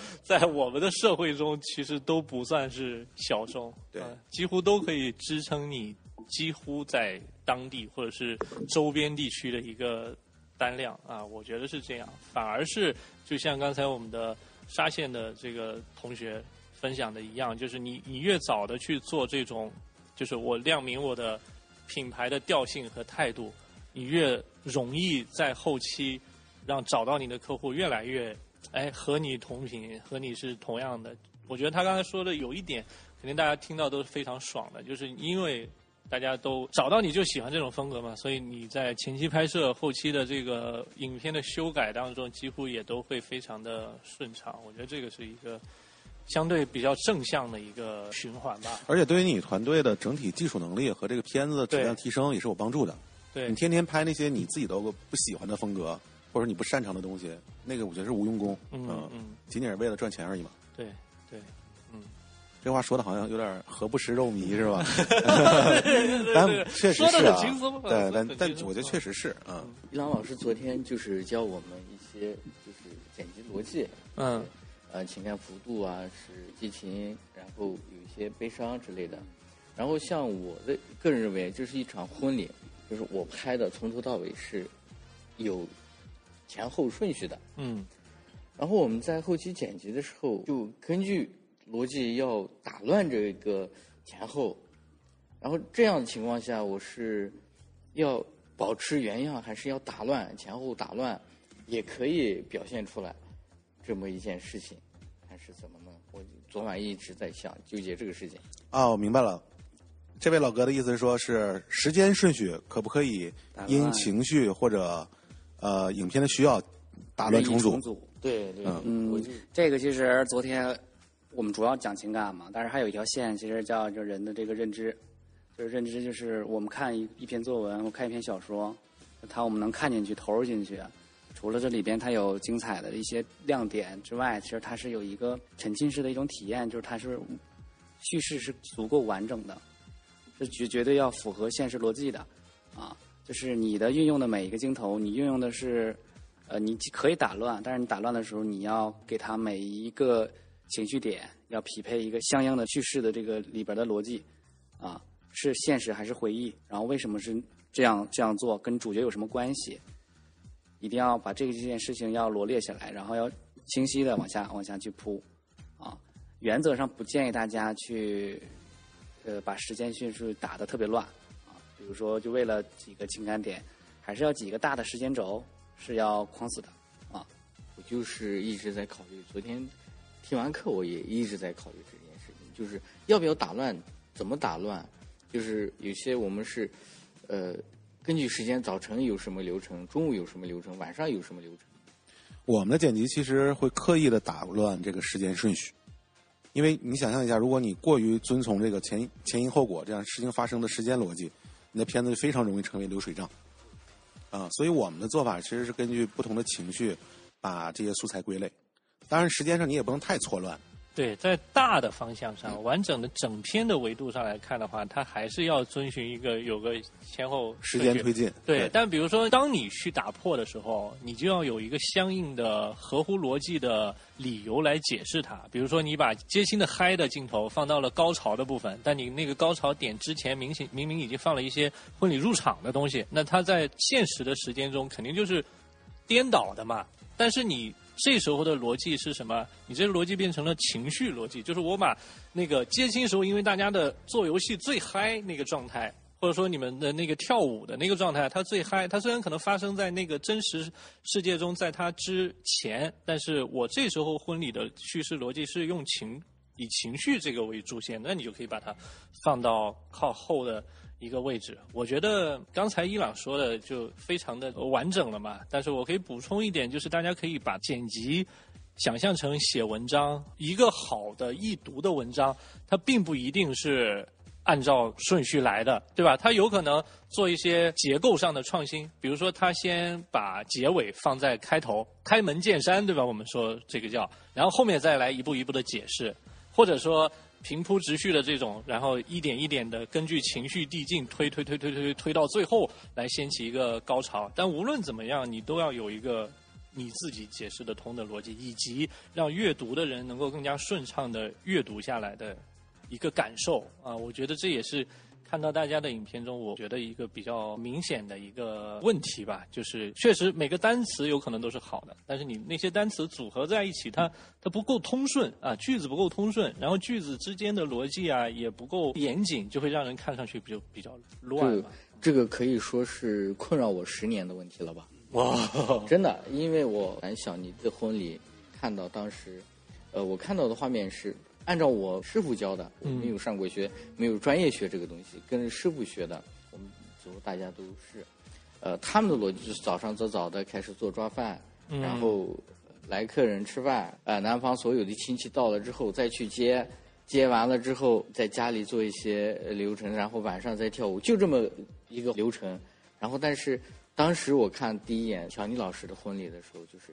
[SPEAKER 1] 在我们的社会中其实都不算是小众，
[SPEAKER 4] 对
[SPEAKER 1] 呃几乎都可以支撑你几乎在当地或者是周边地区的一个单量啊，我觉得是这样。反而是就像刚才我们的沙县的这个同学分享的一样，就是你你越早的去做这种，就是我亮明我的品牌的调性和态度，你越容易在后期让找到你的客户越来越哎和你同频，和你是同样的。我觉得他刚才说的有一点，肯定大家听到都是非常爽的，就是因为大家都找到你就喜欢这种风格嘛，所以你在前期拍摄、后期的这个影片的修改当中，几乎也都会非常的顺畅。我觉得这个是一个相对比较正向的一个循环吧。
[SPEAKER 4] 而且对于你团队的整体技术能力和这个片子的质量
[SPEAKER 1] 对
[SPEAKER 4] 提升也是有帮助的。
[SPEAKER 1] 对
[SPEAKER 4] 你，天天拍那些你自己都不喜欢的风格，或者你不擅长的东西，那个我觉得是无用功。
[SPEAKER 1] 嗯嗯，
[SPEAKER 4] 仅仅是为了赚钱而已嘛。
[SPEAKER 1] 对对，
[SPEAKER 4] 这话说的好像有点何不食肉糜是 吧？
[SPEAKER 1] 对
[SPEAKER 4] 但
[SPEAKER 1] 对
[SPEAKER 4] 确实
[SPEAKER 1] 说
[SPEAKER 4] 是
[SPEAKER 1] 得
[SPEAKER 4] 啊
[SPEAKER 1] 很轻松，
[SPEAKER 4] 对，
[SPEAKER 1] 啊说得
[SPEAKER 4] 但
[SPEAKER 1] 很
[SPEAKER 4] 但
[SPEAKER 1] 轻松
[SPEAKER 4] 我觉得确实是啊。
[SPEAKER 8] 伊朗老师昨天就是教我们一些就是剪辑逻辑，
[SPEAKER 1] 嗯
[SPEAKER 8] 呃，情感幅度啊，是激情，然后有一些悲伤之类的。然后像我的个人认为，这是一场婚礼，就是我拍的从头到尾是有前后顺序的。
[SPEAKER 1] 嗯
[SPEAKER 8] 然后我们在后期剪辑的时候，就根据逻辑要打乱这个前后，然后这样的情况下，我是要保持原样，还是要打乱前后打乱，也可以表现出来这么一件事情，还是怎么呢？我昨晚一直在想纠结这个事情。
[SPEAKER 4] 哦，我明白了。这位老哥的意思是说，是时间顺序可不可以因情绪或者呃影片的需要打乱重组？
[SPEAKER 5] 组。
[SPEAKER 8] 对对，
[SPEAKER 5] 嗯
[SPEAKER 8] 我就
[SPEAKER 5] 这个其实昨天我们主要讲情感嘛，但是还有一条线，其实叫就人的这个认知，就是认知，就是我们看一一篇作文，我看一篇小说，它我们能看进去、投入进去。除了这里边它有精彩的一些亮点之外，其实它是有一个沉浸式的一种体验，就是它是叙事是足够完整的，是绝绝对要符合现实逻辑的啊。就是你的运用的每一个镜头，你运用的是呃，你可以打乱，但是你打乱的时候，你要给它每一个情绪点要匹配一个相应的叙事的这个里边的逻辑，啊，是现实还是回忆？然后为什么是这样这样做？跟主角有什么关系？一定要把这个这件事情要罗列下来，然后要清晰的往下往下去铺，啊，原则上不建议大家去，呃，把时间叙述打得特别乱，啊，比如说就为了几个情感点，还是要几个大的时间轴是要框死的啊。
[SPEAKER 8] 就是一直在考虑，昨天听完课我也一直在考虑这件事情，就是要不要打乱，怎么打乱，就是有些我们是，呃，根据时间，早晨有什么流程，中午有什么流程，晚上有什么流程。
[SPEAKER 4] 我们的剪辑其实会刻意的打乱这个时间顺序，因为你想象一下，如果你过于遵从这个前前因后果这样事情发生的时间逻辑，你的片子就非常容易成为流水账。啊、所以我们的做法其实是根据不同的情绪，把这些素材归类。当然，时间上你也不能太错乱。
[SPEAKER 1] 对，在大的方向上，
[SPEAKER 4] 嗯
[SPEAKER 1] 完整的整篇的维度上来看的话，它还是要遵循一个有个前后
[SPEAKER 4] 时
[SPEAKER 1] 顺
[SPEAKER 4] 间
[SPEAKER 1] 序
[SPEAKER 4] 推进，
[SPEAKER 1] 对，但比如说，当你去打破的时候，你就要有一个相应的合乎逻辑的理由来解释它。比如说，你把接亲的嗨的镜头放到了高潮的部分，但你那个高潮点之前明显明明已经放了一些婚礼入场的东西，那它在现实的时间中肯定就是颠倒的嘛。但是你这时候的逻辑是什么？你这个逻辑变成了情绪逻辑，就是我把那个接亲时候，因为大家的做游戏最嗨那个状态，或者说你们的那个跳舞的那个状态，它最嗨。它虽然可能发生在那个真实世界中，在它之前，但是我这时候婚礼的叙事逻辑是用情以情绪这个为主线，那你就可以把它放到靠后的。一个位置，我觉得刚才伊朗说的就非常的呃完整了嘛，但是我可以补充一点，就是大家可以把剪辑想象成写文章，一个好的易读的文章，它并不一定是按照顺序来的，对吧？它有可能做一些结构上的创新，比如说它先把结尾放在开头，开门见山，对吧？我们说这个叫，然后后面再来一步一步的解释，或者说平铺直叙的这种，然后一点一点的根据情绪递进推推推推推推推到最后来掀起一个高潮。但无论怎么样，你都要有一个你自己解释得通的逻辑，以及让阅读的人能够更加顺畅的阅读下来的一个感受啊。我觉得这也是看到大家的影片中，我觉得一个比较明显的一个问题吧，就是确实每个单词有可能都是好的，但是你那些单词组合在一起，它它不够通顺啊，句子不够通顺，然后句子之间的逻辑啊也不够严谨，就会让人看上去比较比较乱
[SPEAKER 8] 这
[SPEAKER 1] 吧。
[SPEAKER 8] 这个可以说是困扰我十年的问题了吧？哇，真的，因为我很小尼的婚礼看到当时，呃，我看到的画面是按照我师傅教的，我没有上过学，没有专业学这个东西，跟着师傅学的。我们组大家都是，呃，他们的逻辑就是早上早早的开始做抓饭，
[SPEAKER 1] 嗯
[SPEAKER 8] 然后来客人吃饭，啊、男方所有的亲戚到了之后再去接，接完了之后在家里做一些呃流程，然后晚上再跳舞，就这么一个流程。然后，但是当时我看第一眼乔妮老师的婚礼的时候，就是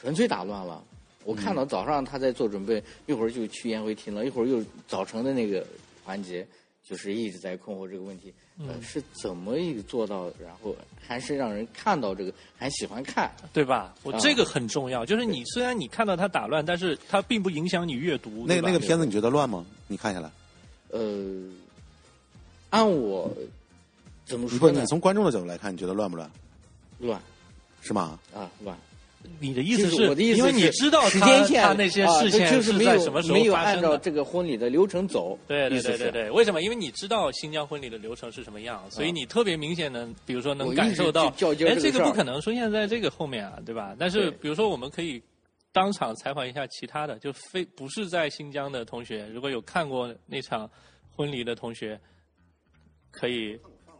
[SPEAKER 8] 纯粹打乱了。我看到早上他在做准备，一会儿就去宴会厅了，一会儿又早晨的那个环节，就是一直在困惑这个问题，呃，是怎么一个做到，然后还是让人看到这个，还喜欢看，
[SPEAKER 1] 对吧？我
[SPEAKER 8] 啊
[SPEAKER 1] 这个很重要，就是你虽然你看到它打乱，但是它并不影响你阅读。
[SPEAKER 4] 那
[SPEAKER 1] 对吧
[SPEAKER 4] 那个片子你觉得乱吗？你看下来，
[SPEAKER 8] 呃，按我怎么
[SPEAKER 4] 你
[SPEAKER 8] 说
[SPEAKER 4] 说你
[SPEAKER 8] 呢？
[SPEAKER 4] 从观众的角度来看，你觉得乱不乱？
[SPEAKER 8] 乱
[SPEAKER 4] 是吗？
[SPEAKER 8] 啊乱，
[SPEAKER 1] 你的意
[SPEAKER 8] 就
[SPEAKER 1] 思
[SPEAKER 8] 我的意思
[SPEAKER 1] 因为你
[SPEAKER 8] 是
[SPEAKER 1] 知道
[SPEAKER 8] 时
[SPEAKER 1] 他
[SPEAKER 8] 间线
[SPEAKER 1] 他那些
[SPEAKER 8] 啊
[SPEAKER 1] 事情
[SPEAKER 8] 就是没
[SPEAKER 1] 在
[SPEAKER 8] 有
[SPEAKER 1] 什么时
[SPEAKER 8] 没
[SPEAKER 1] 候
[SPEAKER 8] 有
[SPEAKER 1] 发
[SPEAKER 8] 按
[SPEAKER 1] 生
[SPEAKER 8] 照
[SPEAKER 1] 的。
[SPEAKER 8] 这个婚礼的流程走，
[SPEAKER 1] 对对
[SPEAKER 8] 意思
[SPEAKER 1] 对
[SPEAKER 8] 是
[SPEAKER 1] 对对，为什么？因为你知道新疆婚礼的流程是什么样，所以你特别明显的，比如说能感受到
[SPEAKER 8] 嗯我一直较劲儿
[SPEAKER 1] 哎，
[SPEAKER 8] 这
[SPEAKER 1] 这
[SPEAKER 8] 个事
[SPEAKER 1] 个
[SPEAKER 8] 儿
[SPEAKER 1] 不可能出现在这个后面啊，对吧？但是
[SPEAKER 8] 对
[SPEAKER 1] 比如说，我们可以当场采访一下其他的，就非不是在新疆的同学，如果有看过那场婚礼的同学，可以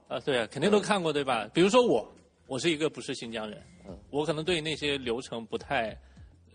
[SPEAKER 1] 啊，对啊，肯定都看过对吧？比如说我，我是一个不是新疆人，我可能对那些流程不太。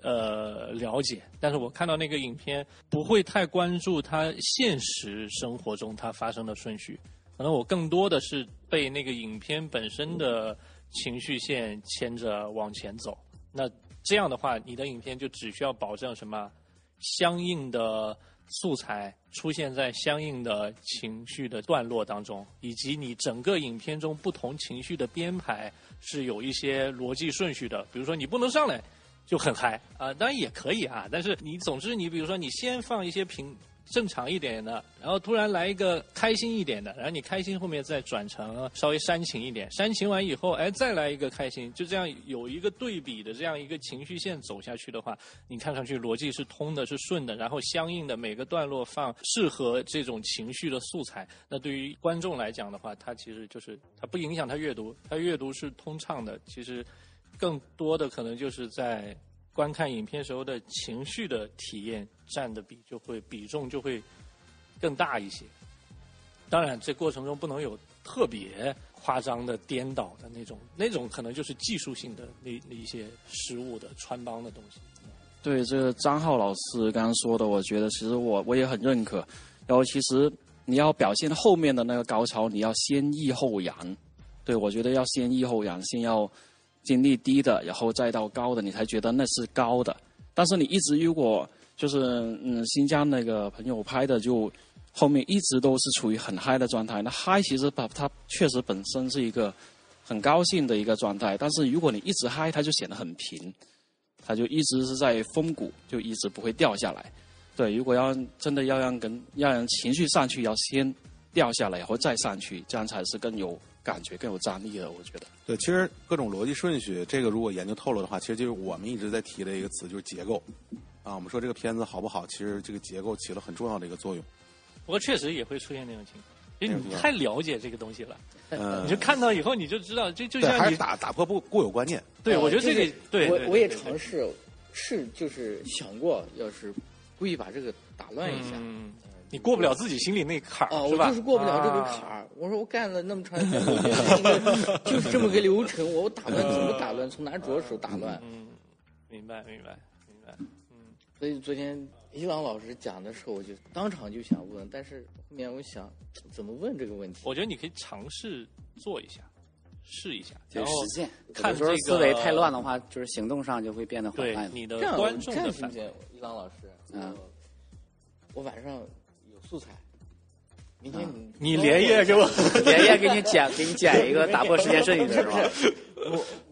[SPEAKER 1] 呃，了解，但是我看到那个影片，不会太关注它现实生活中它发生的顺序，可能我更多的是被那个影片本身的情绪线牵着往前走。那这样的话，你的影片就只需要保证什么相应的素材出现在相应的情绪的段落当中，以及你整个影片中不同情绪的编排是有一些逻辑顺序的。比如说，你不能上来就很嗨啊、当然也可以啊，但是你总之你比如说你先放一些平正常一点的，然后突然来一个开心一点的，然后你开心后面再转成稍微煽情一点，煽情完以后，哎，再来一个开心，就这样有一个对比的这样一个情绪线走下去的话，你看上去逻辑是通的，是顺的，然后相应的每个段落放适合这种情绪的素材，那对于观众来讲的话，它其实就是它不影响他阅读，他阅读是通畅的，其实更多的可能就是在观看影片时候的情绪的体验占的比就会比重就会更大一些。当然，这过程中不能有特别夸张的颠倒的那种，那种可能就是技术性的那那一些失误的穿帮的东西。
[SPEAKER 9] 对这个张浩老师刚刚说的，我觉得其实我我也很认可。然后其实你要表现后面的那个高潮，你要先抑后扬。对我觉得要先抑后扬，先要经历低的，然后再到高的，你才觉得那是高的。但是你一直如果就是嗯新疆那个朋友拍的就。后面一直都是处于很嗨的状态，那嗨其实把它确实本身是一个很高兴的一个状态，但是如果你一直嗨，它就显得很平，它就一直是在峰谷，就一直不会掉下来。对，如果要真的要让人让人情绪上去，要先掉下来，然后再上去，这样才是更有感觉、更有张力的。我觉得，
[SPEAKER 4] 对，其实各种逻辑顺序，这个如果研究透了的话，其实就是我们一直在提的一个词，就是结构。啊，我们说这个片子好不好，其实这个结构起了很重要的一个作用。
[SPEAKER 1] 不过确实也会出现那种情况，因为
[SPEAKER 4] 那
[SPEAKER 1] 你
[SPEAKER 4] 种
[SPEAKER 1] 太了解这个东西了，
[SPEAKER 4] 嗯
[SPEAKER 1] 你就看到以后你就知道，这就
[SPEAKER 4] 对，还
[SPEAKER 1] 像
[SPEAKER 4] 是
[SPEAKER 1] 你，
[SPEAKER 4] 打打破不固有观念。
[SPEAKER 1] 对
[SPEAKER 8] 呃
[SPEAKER 1] 我觉得
[SPEAKER 8] 就
[SPEAKER 1] 这
[SPEAKER 8] 是
[SPEAKER 1] 个对，对
[SPEAKER 8] 我我也
[SPEAKER 1] 对对
[SPEAKER 8] 尝试是就是想过，要是故意把这个打乱一下。
[SPEAKER 1] 嗯，啊你过不了自己心里那坎
[SPEAKER 8] 啊，
[SPEAKER 1] 儿
[SPEAKER 8] 我
[SPEAKER 1] 吧？
[SPEAKER 8] 就是过不了这个坎儿。我说我干了那么长时间，我就是应 该 就是这么个流程。我打乱怎么打乱，从哪着手打乱？
[SPEAKER 1] 嗯，明白明白明白，嗯，
[SPEAKER 8] 所以昨天伊朗老师讲的时候，我就当场就想问，但是后面我想怎么问这个问题？
[SPEAKER 1] 我觉得你可以尝试做一下，试一下，
[SPEAKER 5] 就
[SPEAKER 1] 然
[SPEAKER 5] 是
[SPEAKER 1] 后
[SPEAKER 5] 实践。
[SPEAKER 1] 看
[SPEAKER 5] 有时候
[SPEAKER 1] 这
[SPEAKER 5] 思
[SPEAKER 1] 个
[SPEAKER 5] 维太乱的话，就是行动上就会变得缓
[SPEAKER 1] 对
[SPEAKER 5] 慢。
[SPEAKER 1] 你的
[SPEAKER 8] 哎这样
[SPEAKER 1] 观众
[SPEAKER 8] 这
[SPEAKER 1] 的
[SPEAKER 8] 样行
[SPEAKER 1] 反
[SPEAKER 8] 不
[SPEAKER 1] 应
[SPEAKER 8] 行，伊朗老师？
[SPEAKER 5] 嗯
[SPEAKER 8] 我，我晚上有素材，明天你
[SPEAKER 1] 啊你连夜给 我，
[SPEAKER 5] 连夜给你剪，给你剪一 个打破时间顺序的是吧？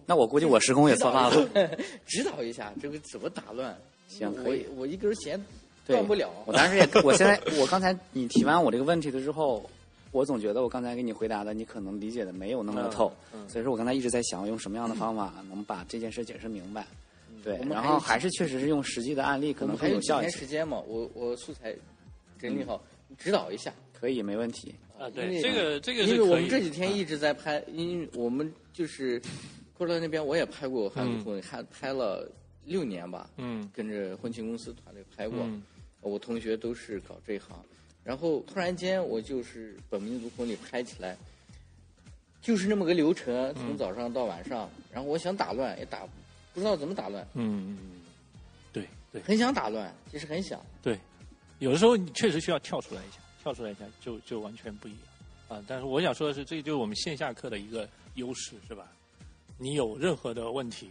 [SPEAKER 5] 那我估计我时空也策划 了。
[SPEAKER 8] 指导一下这个怎么打乱。
[SPEAKER 5] 行可
[SPEAKER 8] 我
[SPEAKER 5] 以
[SPEAKER 8] 我一根弦
[SPEAKER 5] 对
[SPEAKER 8] 断不了。
[SPEAKER 5] 我当时也，我 现在，我刚才你提完我这个问题了之后，我总觉得我刚才给你回答的，你可能理解的没有那么的透，
[SPEAKER 1] 嗯
[SPEAKER 5] 所以说我刚才一直在想，用什么样的方法能把这件事解释明白。对
[SPEAKER 8] 我，们
[SPEAKER 5] 然
[SPEAKER 8] 还
[SPEAKER 5] 后
[SPEAKER 8] 有
[SPEAKER 5] 还是确实是用实际的案例可
[SPEAKER 8] 我
[SPEAKER 5] 能
[SPEAKER 8] 们还
[SPEAKER 5] 更
[SPEAKER 8] 有
[SPEAKER 5] 有
[SPEAKER 8] 几
[SPEAKER 5] 效一
[SPEAKER 8] 天
[SPEAKER 5] 些，嗯
[SPEAKER 8] 时间嘛？我我素材整理好，你指导一下。
[SPEAKER 5] 可以没问题。
[SPEAKER 1] 啊，
[SPEAKER 8] 因
[SPEAKER 1] 对，
[SPEAKER 8] 为
[SPEAKER 1] 这个这个
[SPEAKER 8] 因为
[SPEAKER 1] 是
[SPEAKER 8] 我
[SPEAKER 1] 可
[SPEAKER 8] 们这
[SPEAKER 1] 以，啊
[SPEAKER 8] 几天一直在拍，因为我们就是过来那边我也拍过韩国婚，
[SPEAKER 5] 嗯
[SPEAKER 8] 还、拍了六年吧，
[SPEAKER 1] 嗯
[SPEAKER 8] 跟着婚庆公司团队拍过。
[SPEAKER 1] 嗯
[SPEAKER 8] 我同学都是搞这一行，然后突然间我就是本民族婚礼拍起来，就是那么个流程，
[SPEAKER 1] 嗯
[SPEAKER 8] 从早上到晚上，然后我想打乱也哎打，不知道怎么打乱，
[SPEAKER 1] 嗯，对对
[SPEAKER 8] 很想打乱，其实很想。
[SPEAKER 1] 对，有的时候你确实需要跳出来一下，跳出来一下就就完全不一样啊。但是我想说的是，这就是我们线下课的一个优势，是吧？你有任何的问题，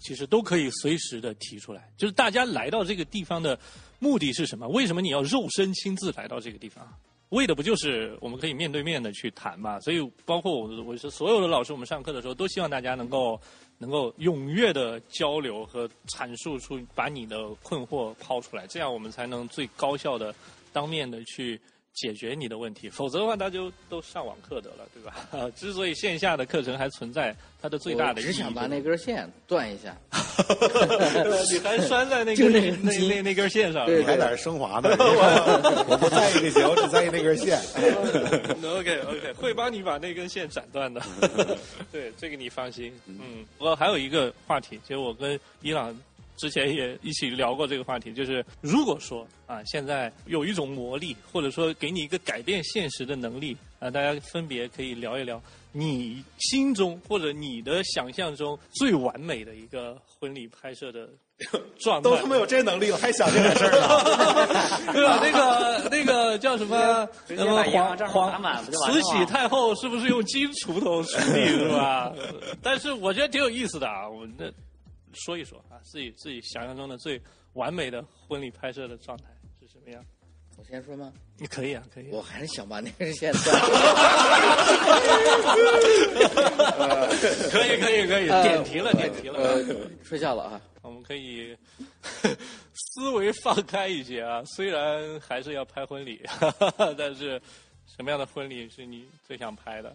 [SPEAKER 1] 其实都可以随时的提出来。就是大家来到这个地方的目的是什么？为什么你要肉身亲自来到这个地方？为的不就是我们可以面对面的去谈嘛？所以包括我，我是所有的老师，我们上课的时候都希望大家能够能够踊跃的交流和阐述出把你的困惑抛出来，这样我们才能最高效的当面的去解决你的问题。否则的话，大家就都上网课得了，对吧？ 之所以线下的课程还存在，它的最大
[SPEAKER 8] 我
[SPEAKER 1] 的意义
[SPEAKER 8] 只想把那根线断一下，
[SPEAKER 1] 你还拴在那
[SPEAKER 8] 就
[SPEAKER 1] 根
[SPEAKER 8] 那根
[SPEAKER 1] 那
[SPEAKER 8] 筋
[SPEAKER 1] 那那根线上。
[SPEAKER 8] 对
[SPEAKER 4] 你还在这升 华呢？我不在意这些，我只在意那根线。
[SPEAKER 1] OK OK，会帮你把那根线斩断的。 对，这个你放心。嗯，我还有一个话题，其实我跟伊朗之前也一起聊过这个话题，就是如果说啊，现在有一种魔力，或者说给你一个改变现实的能力啊，大家分别可以聊一聊你心中或者你的想象中最完美的一个婚礼拍摄的
[SPEAKER 5] 啊
[SPEAKER 1] 状态。
[SPEAKER 4] 都他妈有这能力了，还想这点事儿呢？
[SPEAKER 1] 对吧？那个那个叫什么？
[SPEAKER 5] 直接
[SPEAKER 1] 什
[SPEAKER 5] 把
[SPEAKER 1] 么
[SPEAKER 5] 银行
[SPEAKER 1] 皇
[SPEAKER 5] 账户打满
[SPEAKER 1] 皇
[SPEAKER 5] 不就完了
[SPEAKER 1] 慈
[SPEAKER 5] 吗
[SPEAKER 1] 禧太后是不是用金锄头锄地是吧？ 但是我觉得挺有意思的啊，我那说一说啊，自己自己想象中的最完美的婚礼拍摄的 状态是什么样？
[SPEAKER 8] 我先说吗？
[SPEAKER 1] 你可以啊，可以啊、
[SPEAKER 8] 我还是想把那根线断了。
[SPEAKER 1] 可以可以可以，
[SPEAKER 5] 呃
[SPEAKER 1] 点题了点题了
[SPEAKER 8] 呃，，说笑了啊，
[SPEAKER 1] 我们可以 思维放开一些啊，虽然还是要拍婚礼， 但是什么样的婚礼是你最想拍的？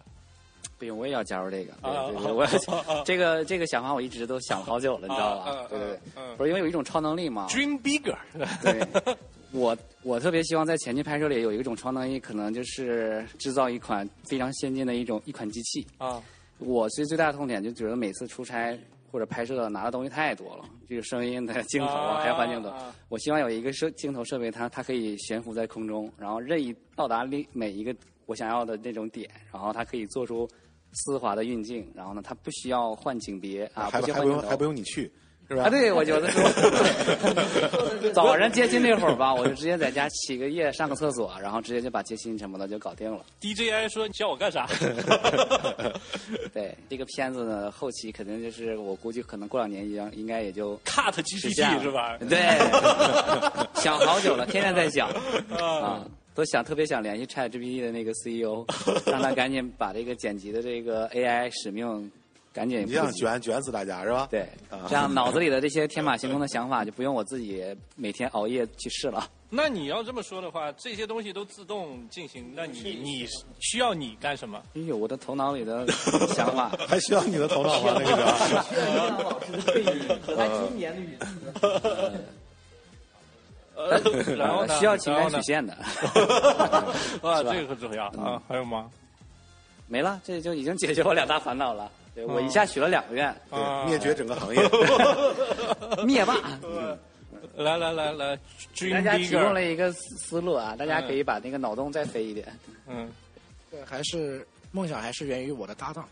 [SPEAKER 5] 不行，我也要加入这个。
[SPEAKER 1] 啊
[SPEAKER 5] 对对对，
[SPEAKER 1] 啊
[SPEAKER 5] 我
[SPEAKER 1] 啊啊
[SPEAKER 5] 要 这个这个想法我一直都想好久了，你知道
[SPEAKER 1] 啊啊
[SPEAKER 5] 吧？对对对
[SPEAKER 1] 啊啊，
[SPEAKER 5] 不是啊因为有一种超能力嘛，
[SPEAKER 1] Dream bigger，
[SPEAKER 5] 对，我我特别希望在前期拍摄里有一种超能力，可能就是制造一款非常先进的一种一款机器。
[SPEAKER 1] 啊，
[SPEAKER 5] 我其实最大的痛点就觉得每次出差或者拍摄的拿的东西太多了，这个声 音的镜头啊，还有换镜头。
[SPEAKER 1] 啊
[SPEAKER 5] 我希望有一个摄镜头设备它，它可以悬浮在空中，然后任意到达另每一个我想要的那种点，然后它可以做出丝滑的运镜，然后呢，它不需要换景别啊，
[SPEAKER 4] 还
[SPEAKER 5] 不需要
[SPEAKER 4] 还不
[SPEAKER 5] 换镜
[SPEAKER 4] 用
[SPEAKER 5] 头
[SPEAKER 4] 还不用你去，是吧？
[SPEAKER 5] 啊，对，我觉得 是早上接亲那会儿吧，我就直接在家起个夜，上个厕所，然后直接就把接亲什么的就搞定了。
[SPEAKER 1] DJI 说你叫我干啥？
[SPEAKER 5] 对，这个片子呢，后期肯定就是我估计可能过两年一样，应该也就
[SPEAKER 1] Cut
[SPEAKER 5] 是这样
[SPEAKER 1] GPT 是吧？
[SPEAKER 5] 对， 想好久了，天天在想啊，都想特别想联系 ChatGPT 的那个 CEO，让他赶紧把这个剪辑的这个 AI 使命赶紧
[SPEAKER 4] 你这样
[SPEAKER 5] 普及
[SPEAKER 4] 卷卷死大家是吧？
[SPEAKER 5] 对
[SPEAKER 4] 啊，
[SPEAKER 5] 这样 脑子里的这些天马行空的想法就不用我自己每天熬夜去试 了。
[SPEAKER 1] 那你要这么说的话，这些东西都自动进行，那你你需要你干什么？
[SPEAKER 5] 哎呦，我的头脑里的想 法，
[SPEAKER 4] 还需要你的头脑吗？那 个是吧
[SPEAKER 8] 老师的语和他今年的语
[SPEAKER 1] 呃，然后呢
[SPEAKER 5] 需要情感
[SPEAKER 1] 然后
[SPEAKER 5] 曲
[SPEAKER 1] 呢
[SPEAKER 5] 线的，
[SPEAKER 1] 啊，
[SPEAKER 5] 是吧嗯
[SPEAKER 1] 这个很重要啊。还有吗？
[SPEAKER 5] 没了，这就已经解决我两大烦恼了。对我一下许了两个愿，
[SPEAKER 1] 啊
[SPEAKER 4] 对，灭绝整个行业。
[SPEAKER 5] 灭霸，
[SPEAKER 1] 来来来来
[SPEAKER 5] 大
[SPEAKER 1] ，Dream
[SPEAKER 5] 家提供了
[SPEAKER 1] Bigger，
[SPEAKER 5] 一个思思路啊，大家可以把那个脑洞再飞一点。
[SPEAKER 1] 嗯，
[SPEAKER 2] 对还是梦想还是源于我的搭档。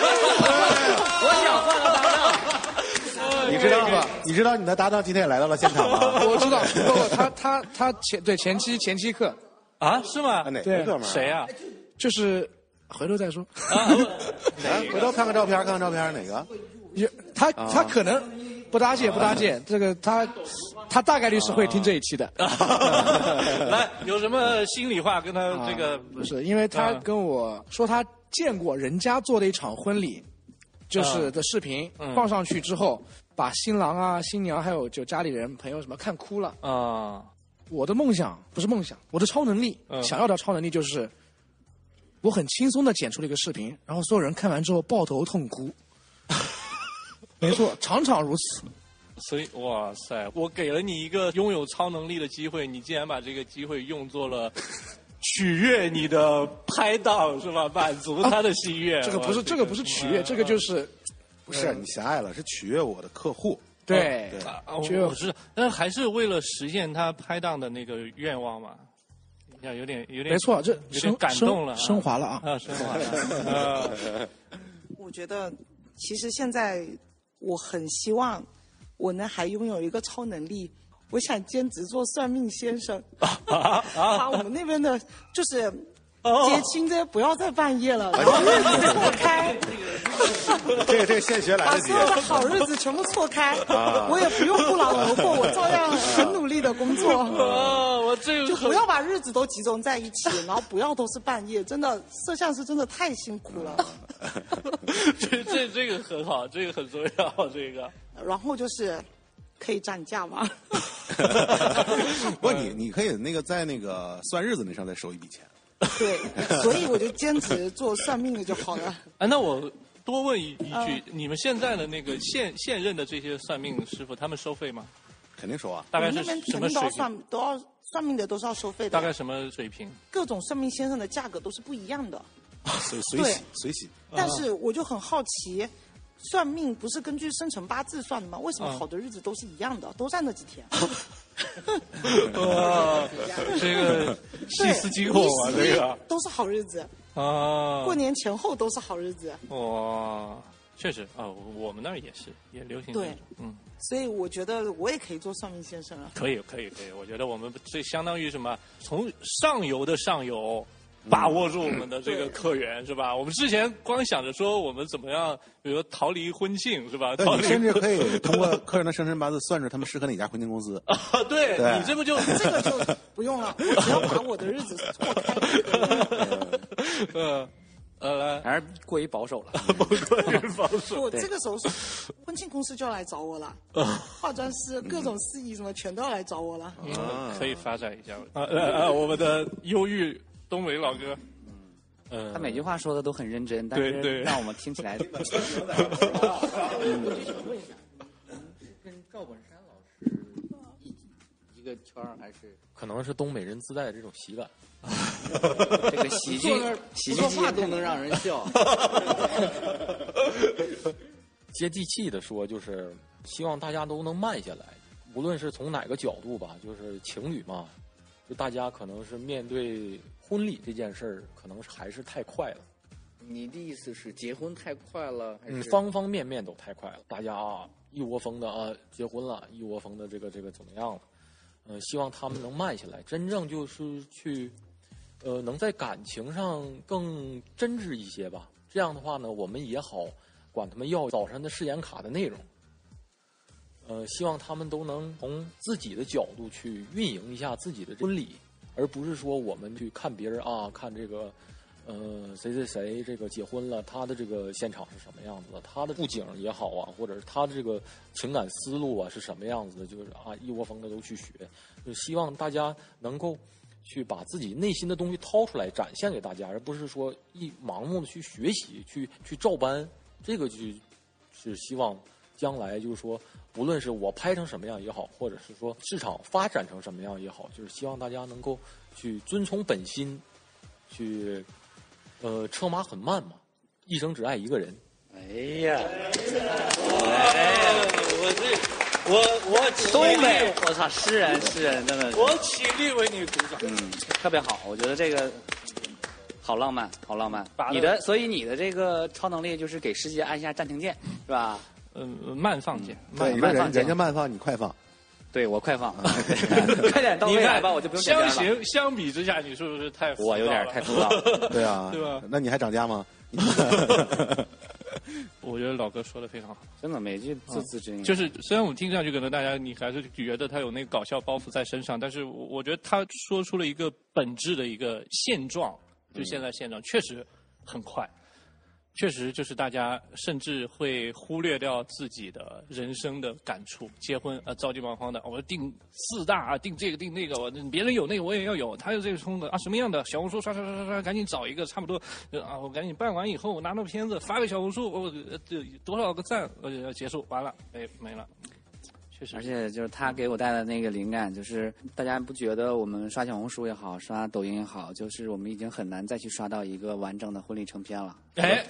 [SPEAKER 5] 我想换个搭档，
[SPEAKER 4] 你知道 吗？你知道你的搭档今天也来到了现场吗？
[SPEAKER 2] 我知道，不不，他他他前对前期前期课
[SPEAKER 1] 啊，是吗
[SPEAKER 4] 啊，？哪
[SPEAKER 2] 对
[SPEAKER 4] 个哥们儿？
[SPEAKER 1] 谁？啊呀？
[SPEAKER 2] 就是回头再说。
[SPEAKER 4] 哎，回头看看照片，看看照片，哪个？啊
[SPEAKER 2] 有他他可能不搭界不搭界，这个他他大概率是会听这一期的。
[SPEAKER 1] 来，有什么心里话跟他这个
[SPEAKER 2] 不是，因为他
[SPEAKER 1] 嗯
[SPEAKER 2] 跟我说他见过人家做的一场婚礼，就是
[SPEAKER 1] 嗯
[SPEAKER 2] 的视频
[SPEAKER 1] 嗯
[SPEAKER 2] 放上去之后，把新郎啊、新娘还有就家里人朋友什么看哭了。
[SPEAKER 1] 啊？
[SPEAKER 2] 我的梦想不是梦想，我的超能力，
[SPEAKER 1] 嗯
[SPEAKER 2] 想要的超能力就是，我很轻松的剪出了一个视频，然后所有人看完之后抱头 痛哭。没错，常常如此。
[SPEAKER 1] 所以，哇塞，我给了你一个拥有超能力的机会，你竟然把这个机会用作了。取悦你的拍档是吧？满足他的心愿。
[SPEAKER 2] 这个不是，
[SPEAKER 1] 哇
[SPEAKER 2] 这个不是取悦，这个就是
[SPEAKER 4] 不是啊你狭隘了，是取悦我的客户。哦
[SPEAKER 2] 对
[SPEAKER 4] 对
[SPEAKER 1] 啊，我
[SPEAKER 2] 只有
[SPEAKER 1] 我知道，但还是为了实现他拍档的那个愿望嘛，要有点有点
[SPEAKER 2] 没错，这
[SPEAKER 1] 有点
[SPEAKER 2] 升
[SPEAKER 1] 感动了啊，
[SPEAKER 2] 升升华了啊！
[SPEAKER 1] 啊，升华了，
[SPEAKER 7] 我觉得其实现在我很希望我能还拥有一个超能力，我想兼职做算命先生，把我们那边的就是。结亲这不要再半夜了，然后日子错开，
[SPEAKER 4] 这个这个现学来
[SPEAKER 7] 把
[SPEAKER 4] 得及
[SPEAKER 7] 所。有的好日子全部错开，
[SPEAKER 1] 啊
[SPEAKER 7] 我也不用不劳而获，我照样很努力的工作。
[SPEAKER 1] 啊，我这个
[SPEAKER 7] 就
[SPEAKER 1] 很
[SPEAKER 7] 不要把日子都集中在一起，然后不要都是半夜，真的摄像师真的太辛苦了。
[SPEAKER 1] 这这这个很好，这个很重要，这个
[SPEAKER 7] 然后就是可以涨价吗？
[SPEAKER 4] 不，你你可以那个在那个算日子那上再收一笔钱。
[SPEAKER 7] 对，所以我就坚持做算命的就好了。
[SPEAKER 1] 啊，那我多问一一
[SPEAKER 7] 嗯
[SPEAKER 1] 句，你们现在的那个现现任的这些算命师傅，他们收费吗？
[SPEAKER 4] 肯定收啊！
[SPEAKER 1] 大
[SPEAKER 7] 我
[SPEAKER 1] 概
[SPEAKER 7] 们
[SPEAKER 1] 是
[SPEAKER 7] 那边
[SPEAKER 1] 什
[SPEAKER 7] 肯
[SPEAKER 1] 么
[SPEAKER 7] 定都
[SPEAKER 1] 水
[SPEAKER 7] 要
[SPEAKER 1] 平？
[SPEAKER 7] 算，都要算命的都是要收费的
[SPEAKER 1] 大
[SPEAKER 7] 呀。
[SPEAKER 1] 概什么水平？
[SPEAKER 7] 各种算命先生的价格都是不一样的。
[SPEAKER 4] 啊随随
[SPEAKER 7] 对
[SPEAKER 4] 喜随喜，
[SPEAKER 1] 嗯啊
[SPEAKER 7] 但是我就很好奇，算命不是根据生辰八字算的吗？为什么
[SPEAKER 1] 嗯
[SPEAKER 7] 好的日子都是一样的，都在那几 天？
[SPEAKER 1] 哇，哦这 个细思极恐啊，
[SPEAKER 7] 对
[SPEAKER 1] 这个
[SPEAKER 7] 都是好日子，
[SPEAKER 1] 啊，
[SPEAKER 7] 过年前后都是好日子。
[SPEAKER 1] 哇，确实啊，我们那儿也是，也流行这
[SPEAKER 7] 对
[SPEAKER 1] 种，嗯，
[SPEAKER 7] 所以我觉得我也可以做算命先生了。啊
[SPEAKER 1] 可以，可以，可以，我觉得我们这相当于什么？从上游的上游。把握住我们的这个客
[SPEAKER 4] 嗯
[SPEAKER 1] 源、是吧？我们之前光想着说我们怎么样，比如说逃离婚庆是吧？
[SPEAKER 4] 但
[SPEAKER 1] 逃
[SPEAKER 4] 你
[SPEAKER 1] 离
[SPEAKER 4] 甚至可以通过客人的生辰八字算出他们适合哪家婚庆公 司。
[SPEAKER 1] 啊， 对
[SPEAKER 4] 对
[SPEAKER 1] 你这 不就
[SPEAKER 7] 这个就不用了，我只要把我的日子过开就可以了。
[SPEAKER 1] 呃呃来
[SPEAKER 5] 还是过于保守 了。
[SPEAKER 7] 我这个时候，婚庆公司就要来找 我了，化妆师、各种司仪什么全都要来找我了。
[SPEAKER 1] 嗯可以发展一下啊啊啊！我们的忧郁东北老哥，嗯
[SPEAKER 5] 他每句话说的都很认真，但
[SPEAKER 1] 对对
[SPEAKER 5] 是让我们听起 来，
[SPEAKER 1] 嗯
[SPEAKER 8] 跟赵本山老师一一个个圈儿，还是
[SPEAKER 6] 可能是东北人自带的这种喜 感。
[SPEAKER 8] 这个喜剧
[SPEAKER 2] 坐那儿
[SPEAKER 8] 喜
[SPEAKER 2] 不
[SPEAKER 8] 剧
[SPEAKER 2] 说
[SPEAKER 8] 界都能让人笑。
[SPEAKER 6] 接地气的说，就是希望大家都能慢下来，无论是从哪个角度吧，就是情侣嘛，就大家可能是面对婚礼这件事儿，可能是还是太快了，
[SPEAKER 8] 你的意思是结婚太快了，还
[SPEAKER 6] 嗯，
[SPEAKER 8] 是
[SPEAKER 6] 方方面面都太快了，大家啊一窝蜂的啊结婚了，一窝蜂的这个这个怎么样了？嗯、希望他们能慢下来，真正就是去，呃，能在感情上更真挚一些吧。这样的话呢，我们也好管他们要早晨的誓言卡的内容。呃，希望他们都能从自己的角度去运营一下自己的婚礼，而不是说我们去看别人啊，看这个，呃，谁谁谁这个结婚了，他的这个现场是什么样子的，他的布景也好啊，或者是他的这个情感思路啊是什么样子的，就是啊一窝蜂的都去学，就希望大家能够去把自己内心的东西掏出来展现给大家，而不是说一盲目的去学习，去去照搬，这个就是希望将来就是说，不论是我拍成什么样也好，或者是说市场发展成什么样也好，就是希望大家能够去遵从本心，去呃车马很慢嘛，一生只爱一个人。
[SPEAKER 8] 哎呀，
[SPEAKER 1] 我这哎我我起
[SPEAKER 5] 东北，我操，诗人诗人真啊的是，
[SPEAKER 1] 我起立为你鼓掌。
[SPEAKER 5] 嗯，特别好，我觉得这个好浪漫，好浪漫。你的，所以你的这个超能力就是给世界按下暂停键，是吧？
[SPEAKER 1] 嗯，慢放键，
[SPEAKER 4] 对，
[SPEAKER 1] 慢
[SPEAKER 4] 你说
[SPEAKER 1] 放
[SPEAKER 5] 慢
[SPEAKER 4] 人
[SPEAKER 5] 放
[SPEAKER 4] 人
[SPEAKER 5] 慢
[SPEAKER 4] 家慢放，你快放，
[SPEAKER 5] 对我 快放，快点到未来吧，我就不用剪
[SPEAKER 1] 相
[SPEAKER 5] 片了。
[SPEAKER 1] 形相比之下，你是不是太浮躁
[SPEAKER 5] 我有点
[SPEAKER 1] 了
[SPEAKER 5] 太浮躁了，
[SPEAKER 4] 对啊，
[SPEAKER 1] 对吧
[SPEAKER 4] 那你还涨价吗？
[SPEAKER 1] 我觉得老哥说的非常好，嗯
[SPEAKER 5] 真的每句字字真言。
[SPEAKER 1] 就是虽然我们听上去可能大家你还是觉得他有那个搞笑包袱在身上，但是我我觉得他说出了一个本质的一个现状，就现在现状、确实很快，确实就是大家甚至会忽略掉自己的人生的感触，结婚呃着急忙慌的，我定四大啊，定这个定那个，我别人有那个我也要有，他有这个冲的啊什么样的小红书刷刷刷刷刷，赶紧找一个差不多呃啊，我赶紧办完以后，我拿到片子发给小红书，我、呃、这多少个赞，我就要结束完了，哎没了，确实嗯
[SPEAKER 5] 而且就是他给我带来的那个灵感，就是大家不觉得我们刷小红书也好，刷抖音也好，就是我们已经很难再去刷到一个完整的婚礼成片了。
[SPEAKER 1] 哎，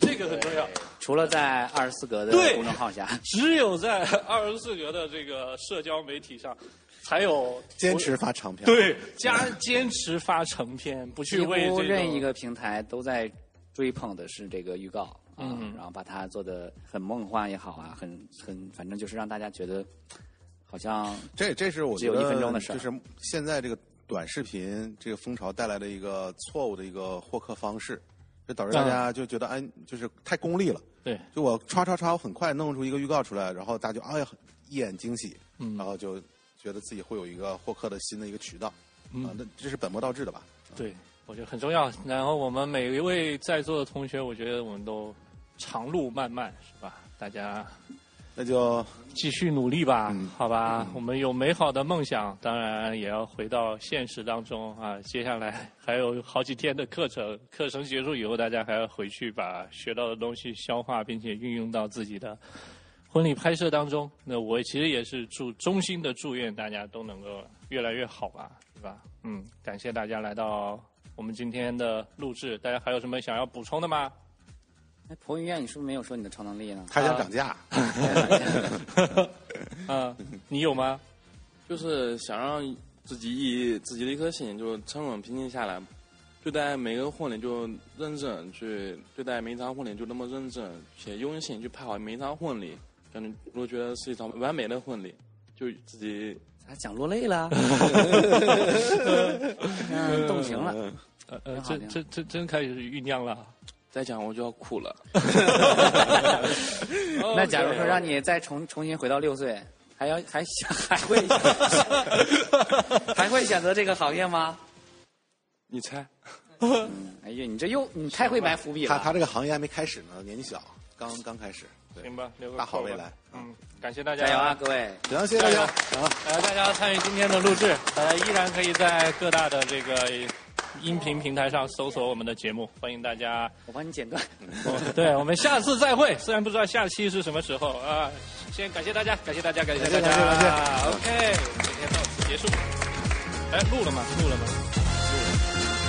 [SPEAKER 1] 这个很重要。
[SPEAKER 5] 除了在二十四格的
[SPEAKER 1] 对
[SPEAKER 5] 公众号 下，
[SPEAKER 1] 只有在二十四格的这个社交媒体上，才有
[SPEAKER 4] 坚持发长票，，
[SPEAKER 1] 对加坚持发成片，不
[SPEAKER 5] 嗯
[SPEAKER 1] 去
[SPEAKER 5] 几
[SPEAKER 1] 为
[SPEAKER 5] 乎
[SPEAKER 1] 这
[SPEAKER 5] 任一个平台都在追捧的是这个预告啊，
[SPEAKER 1] 嗯
[SPEAKER 5] 然后把它做的很梦幻也好啊，很很反正就是让大家觉得好像
[SPEAKER 4] 这这是我觉得
[SPEAKER 5] 只有一分钟的事儿
[SPEAKER 4] 就是现在这个短视频这个风潮带来的一个错误的一个获客方式，就导致大
[SPEAKER 1] 啊
[SPEAKER 4] 家就觉得哎，就是太功利了。
[SPEAKER 1] 对，
[SPEAKER 4] 就我刷刷刷，我很快弄出一个预告出来，然后大家就哎呀一眼惊喜，
[SPEAKER 1] 嗯
[SPEAKER 4] 然后就觉得自己会有一个获客的新的一个渠道、
[SPEAKER 1] 嗯
[SPEAKER 4] 啊，那这是本末倒置的吧？啊
[SPEAKER 1] 对，我觉得很重要。然后我们每一位在座的同学，我觉得我们都长路漫漫，是吧？大家
[SPEAKER 4] 那就
[SPEAKER 1] 继续努力吧，
[SPEAKER 4] 嗯
[SPEAKER 1] 好吧？我们有美好的梦想，当然也要回到现实当中啊。接下来还有好几天的课程，课程结束以后，大家还要回去把学到的东西消化，并且运用到自己的婚礼拍摄当中。那我其实也是祝衷心的祝愿大家都能够越来越好吧，是吧？嗯，感谢大家来到我们今天的录制，大家还有什么想要补充的吗？
[SPEAKER 5] 哎，彭于晏，你是不是没有说你的超能力呢？
[SPEAKER 1] 呃
[SPEAKER 4] 还想涨价，
[SPEAKER 1] 啊，你有吗？
[SPEAKER 3] 就是想让自己以自己的一颗心就沉稳平静下来，对待每个婚礼就认真去对待每一场婚礼就那么认真，且用心去拍好每一场婚礼，感觉我觉得是一场完美的婚礼，就自己
[SPEAKER 5] 咋讲落泪 了？嗯，动情了。
[SPEAKER 1] 呃呃，
[SPEAKER 5] 挺好挺好
[SPEAKER 1] 真真真真开始酝酿了。
[SPEAKER 3] 再讲我就要 哭了。
[SPEAKER 5] 那假
[SPEAKER 1] 哦
[SPEAKER 5] 如说让你再重重新回到六岁，还要还想还会 还会选择这个行业吗？
[SPEAKER 3] 你猜？
[SPEAKER 5] 哎呀，你这又你太会埋伏笔
[SPEAKER 4] 他他
[SPEAKER 5] 了。
[SPEAKER 4] 这个行业还没开始呢，年纪小，刚刚开始，对，
[SPEAKER 1] 行吧，留个
[SPEAKER 4] 大好
[SPEAKER 1] 扣吧
[SPEAKER 4] 未来。
[SPEAKER 1] 嗯，感谢大家，
[SPEAKER 5] 加油啊，各位！
[SPEAKER 4] 行，谢谢大家，啊。
[SPEAKER 1] 呃，大家参与今天的录制，大家依然可以在各大的这个音频平台上搜索我们的节目，欢迎大家。
[SPEAKER 5] 我帮你剪断。
[SPEAKER 1] 我对我们下次再会，虽然不知道下期是什么时候啊、先感谢大家，感谢大家，感谢大家。
[SPEAKER 4] 感谢感谢感
[SPEAKER 1] OK，今天到此结束。结束。哎，录了吗？录了吗？录了。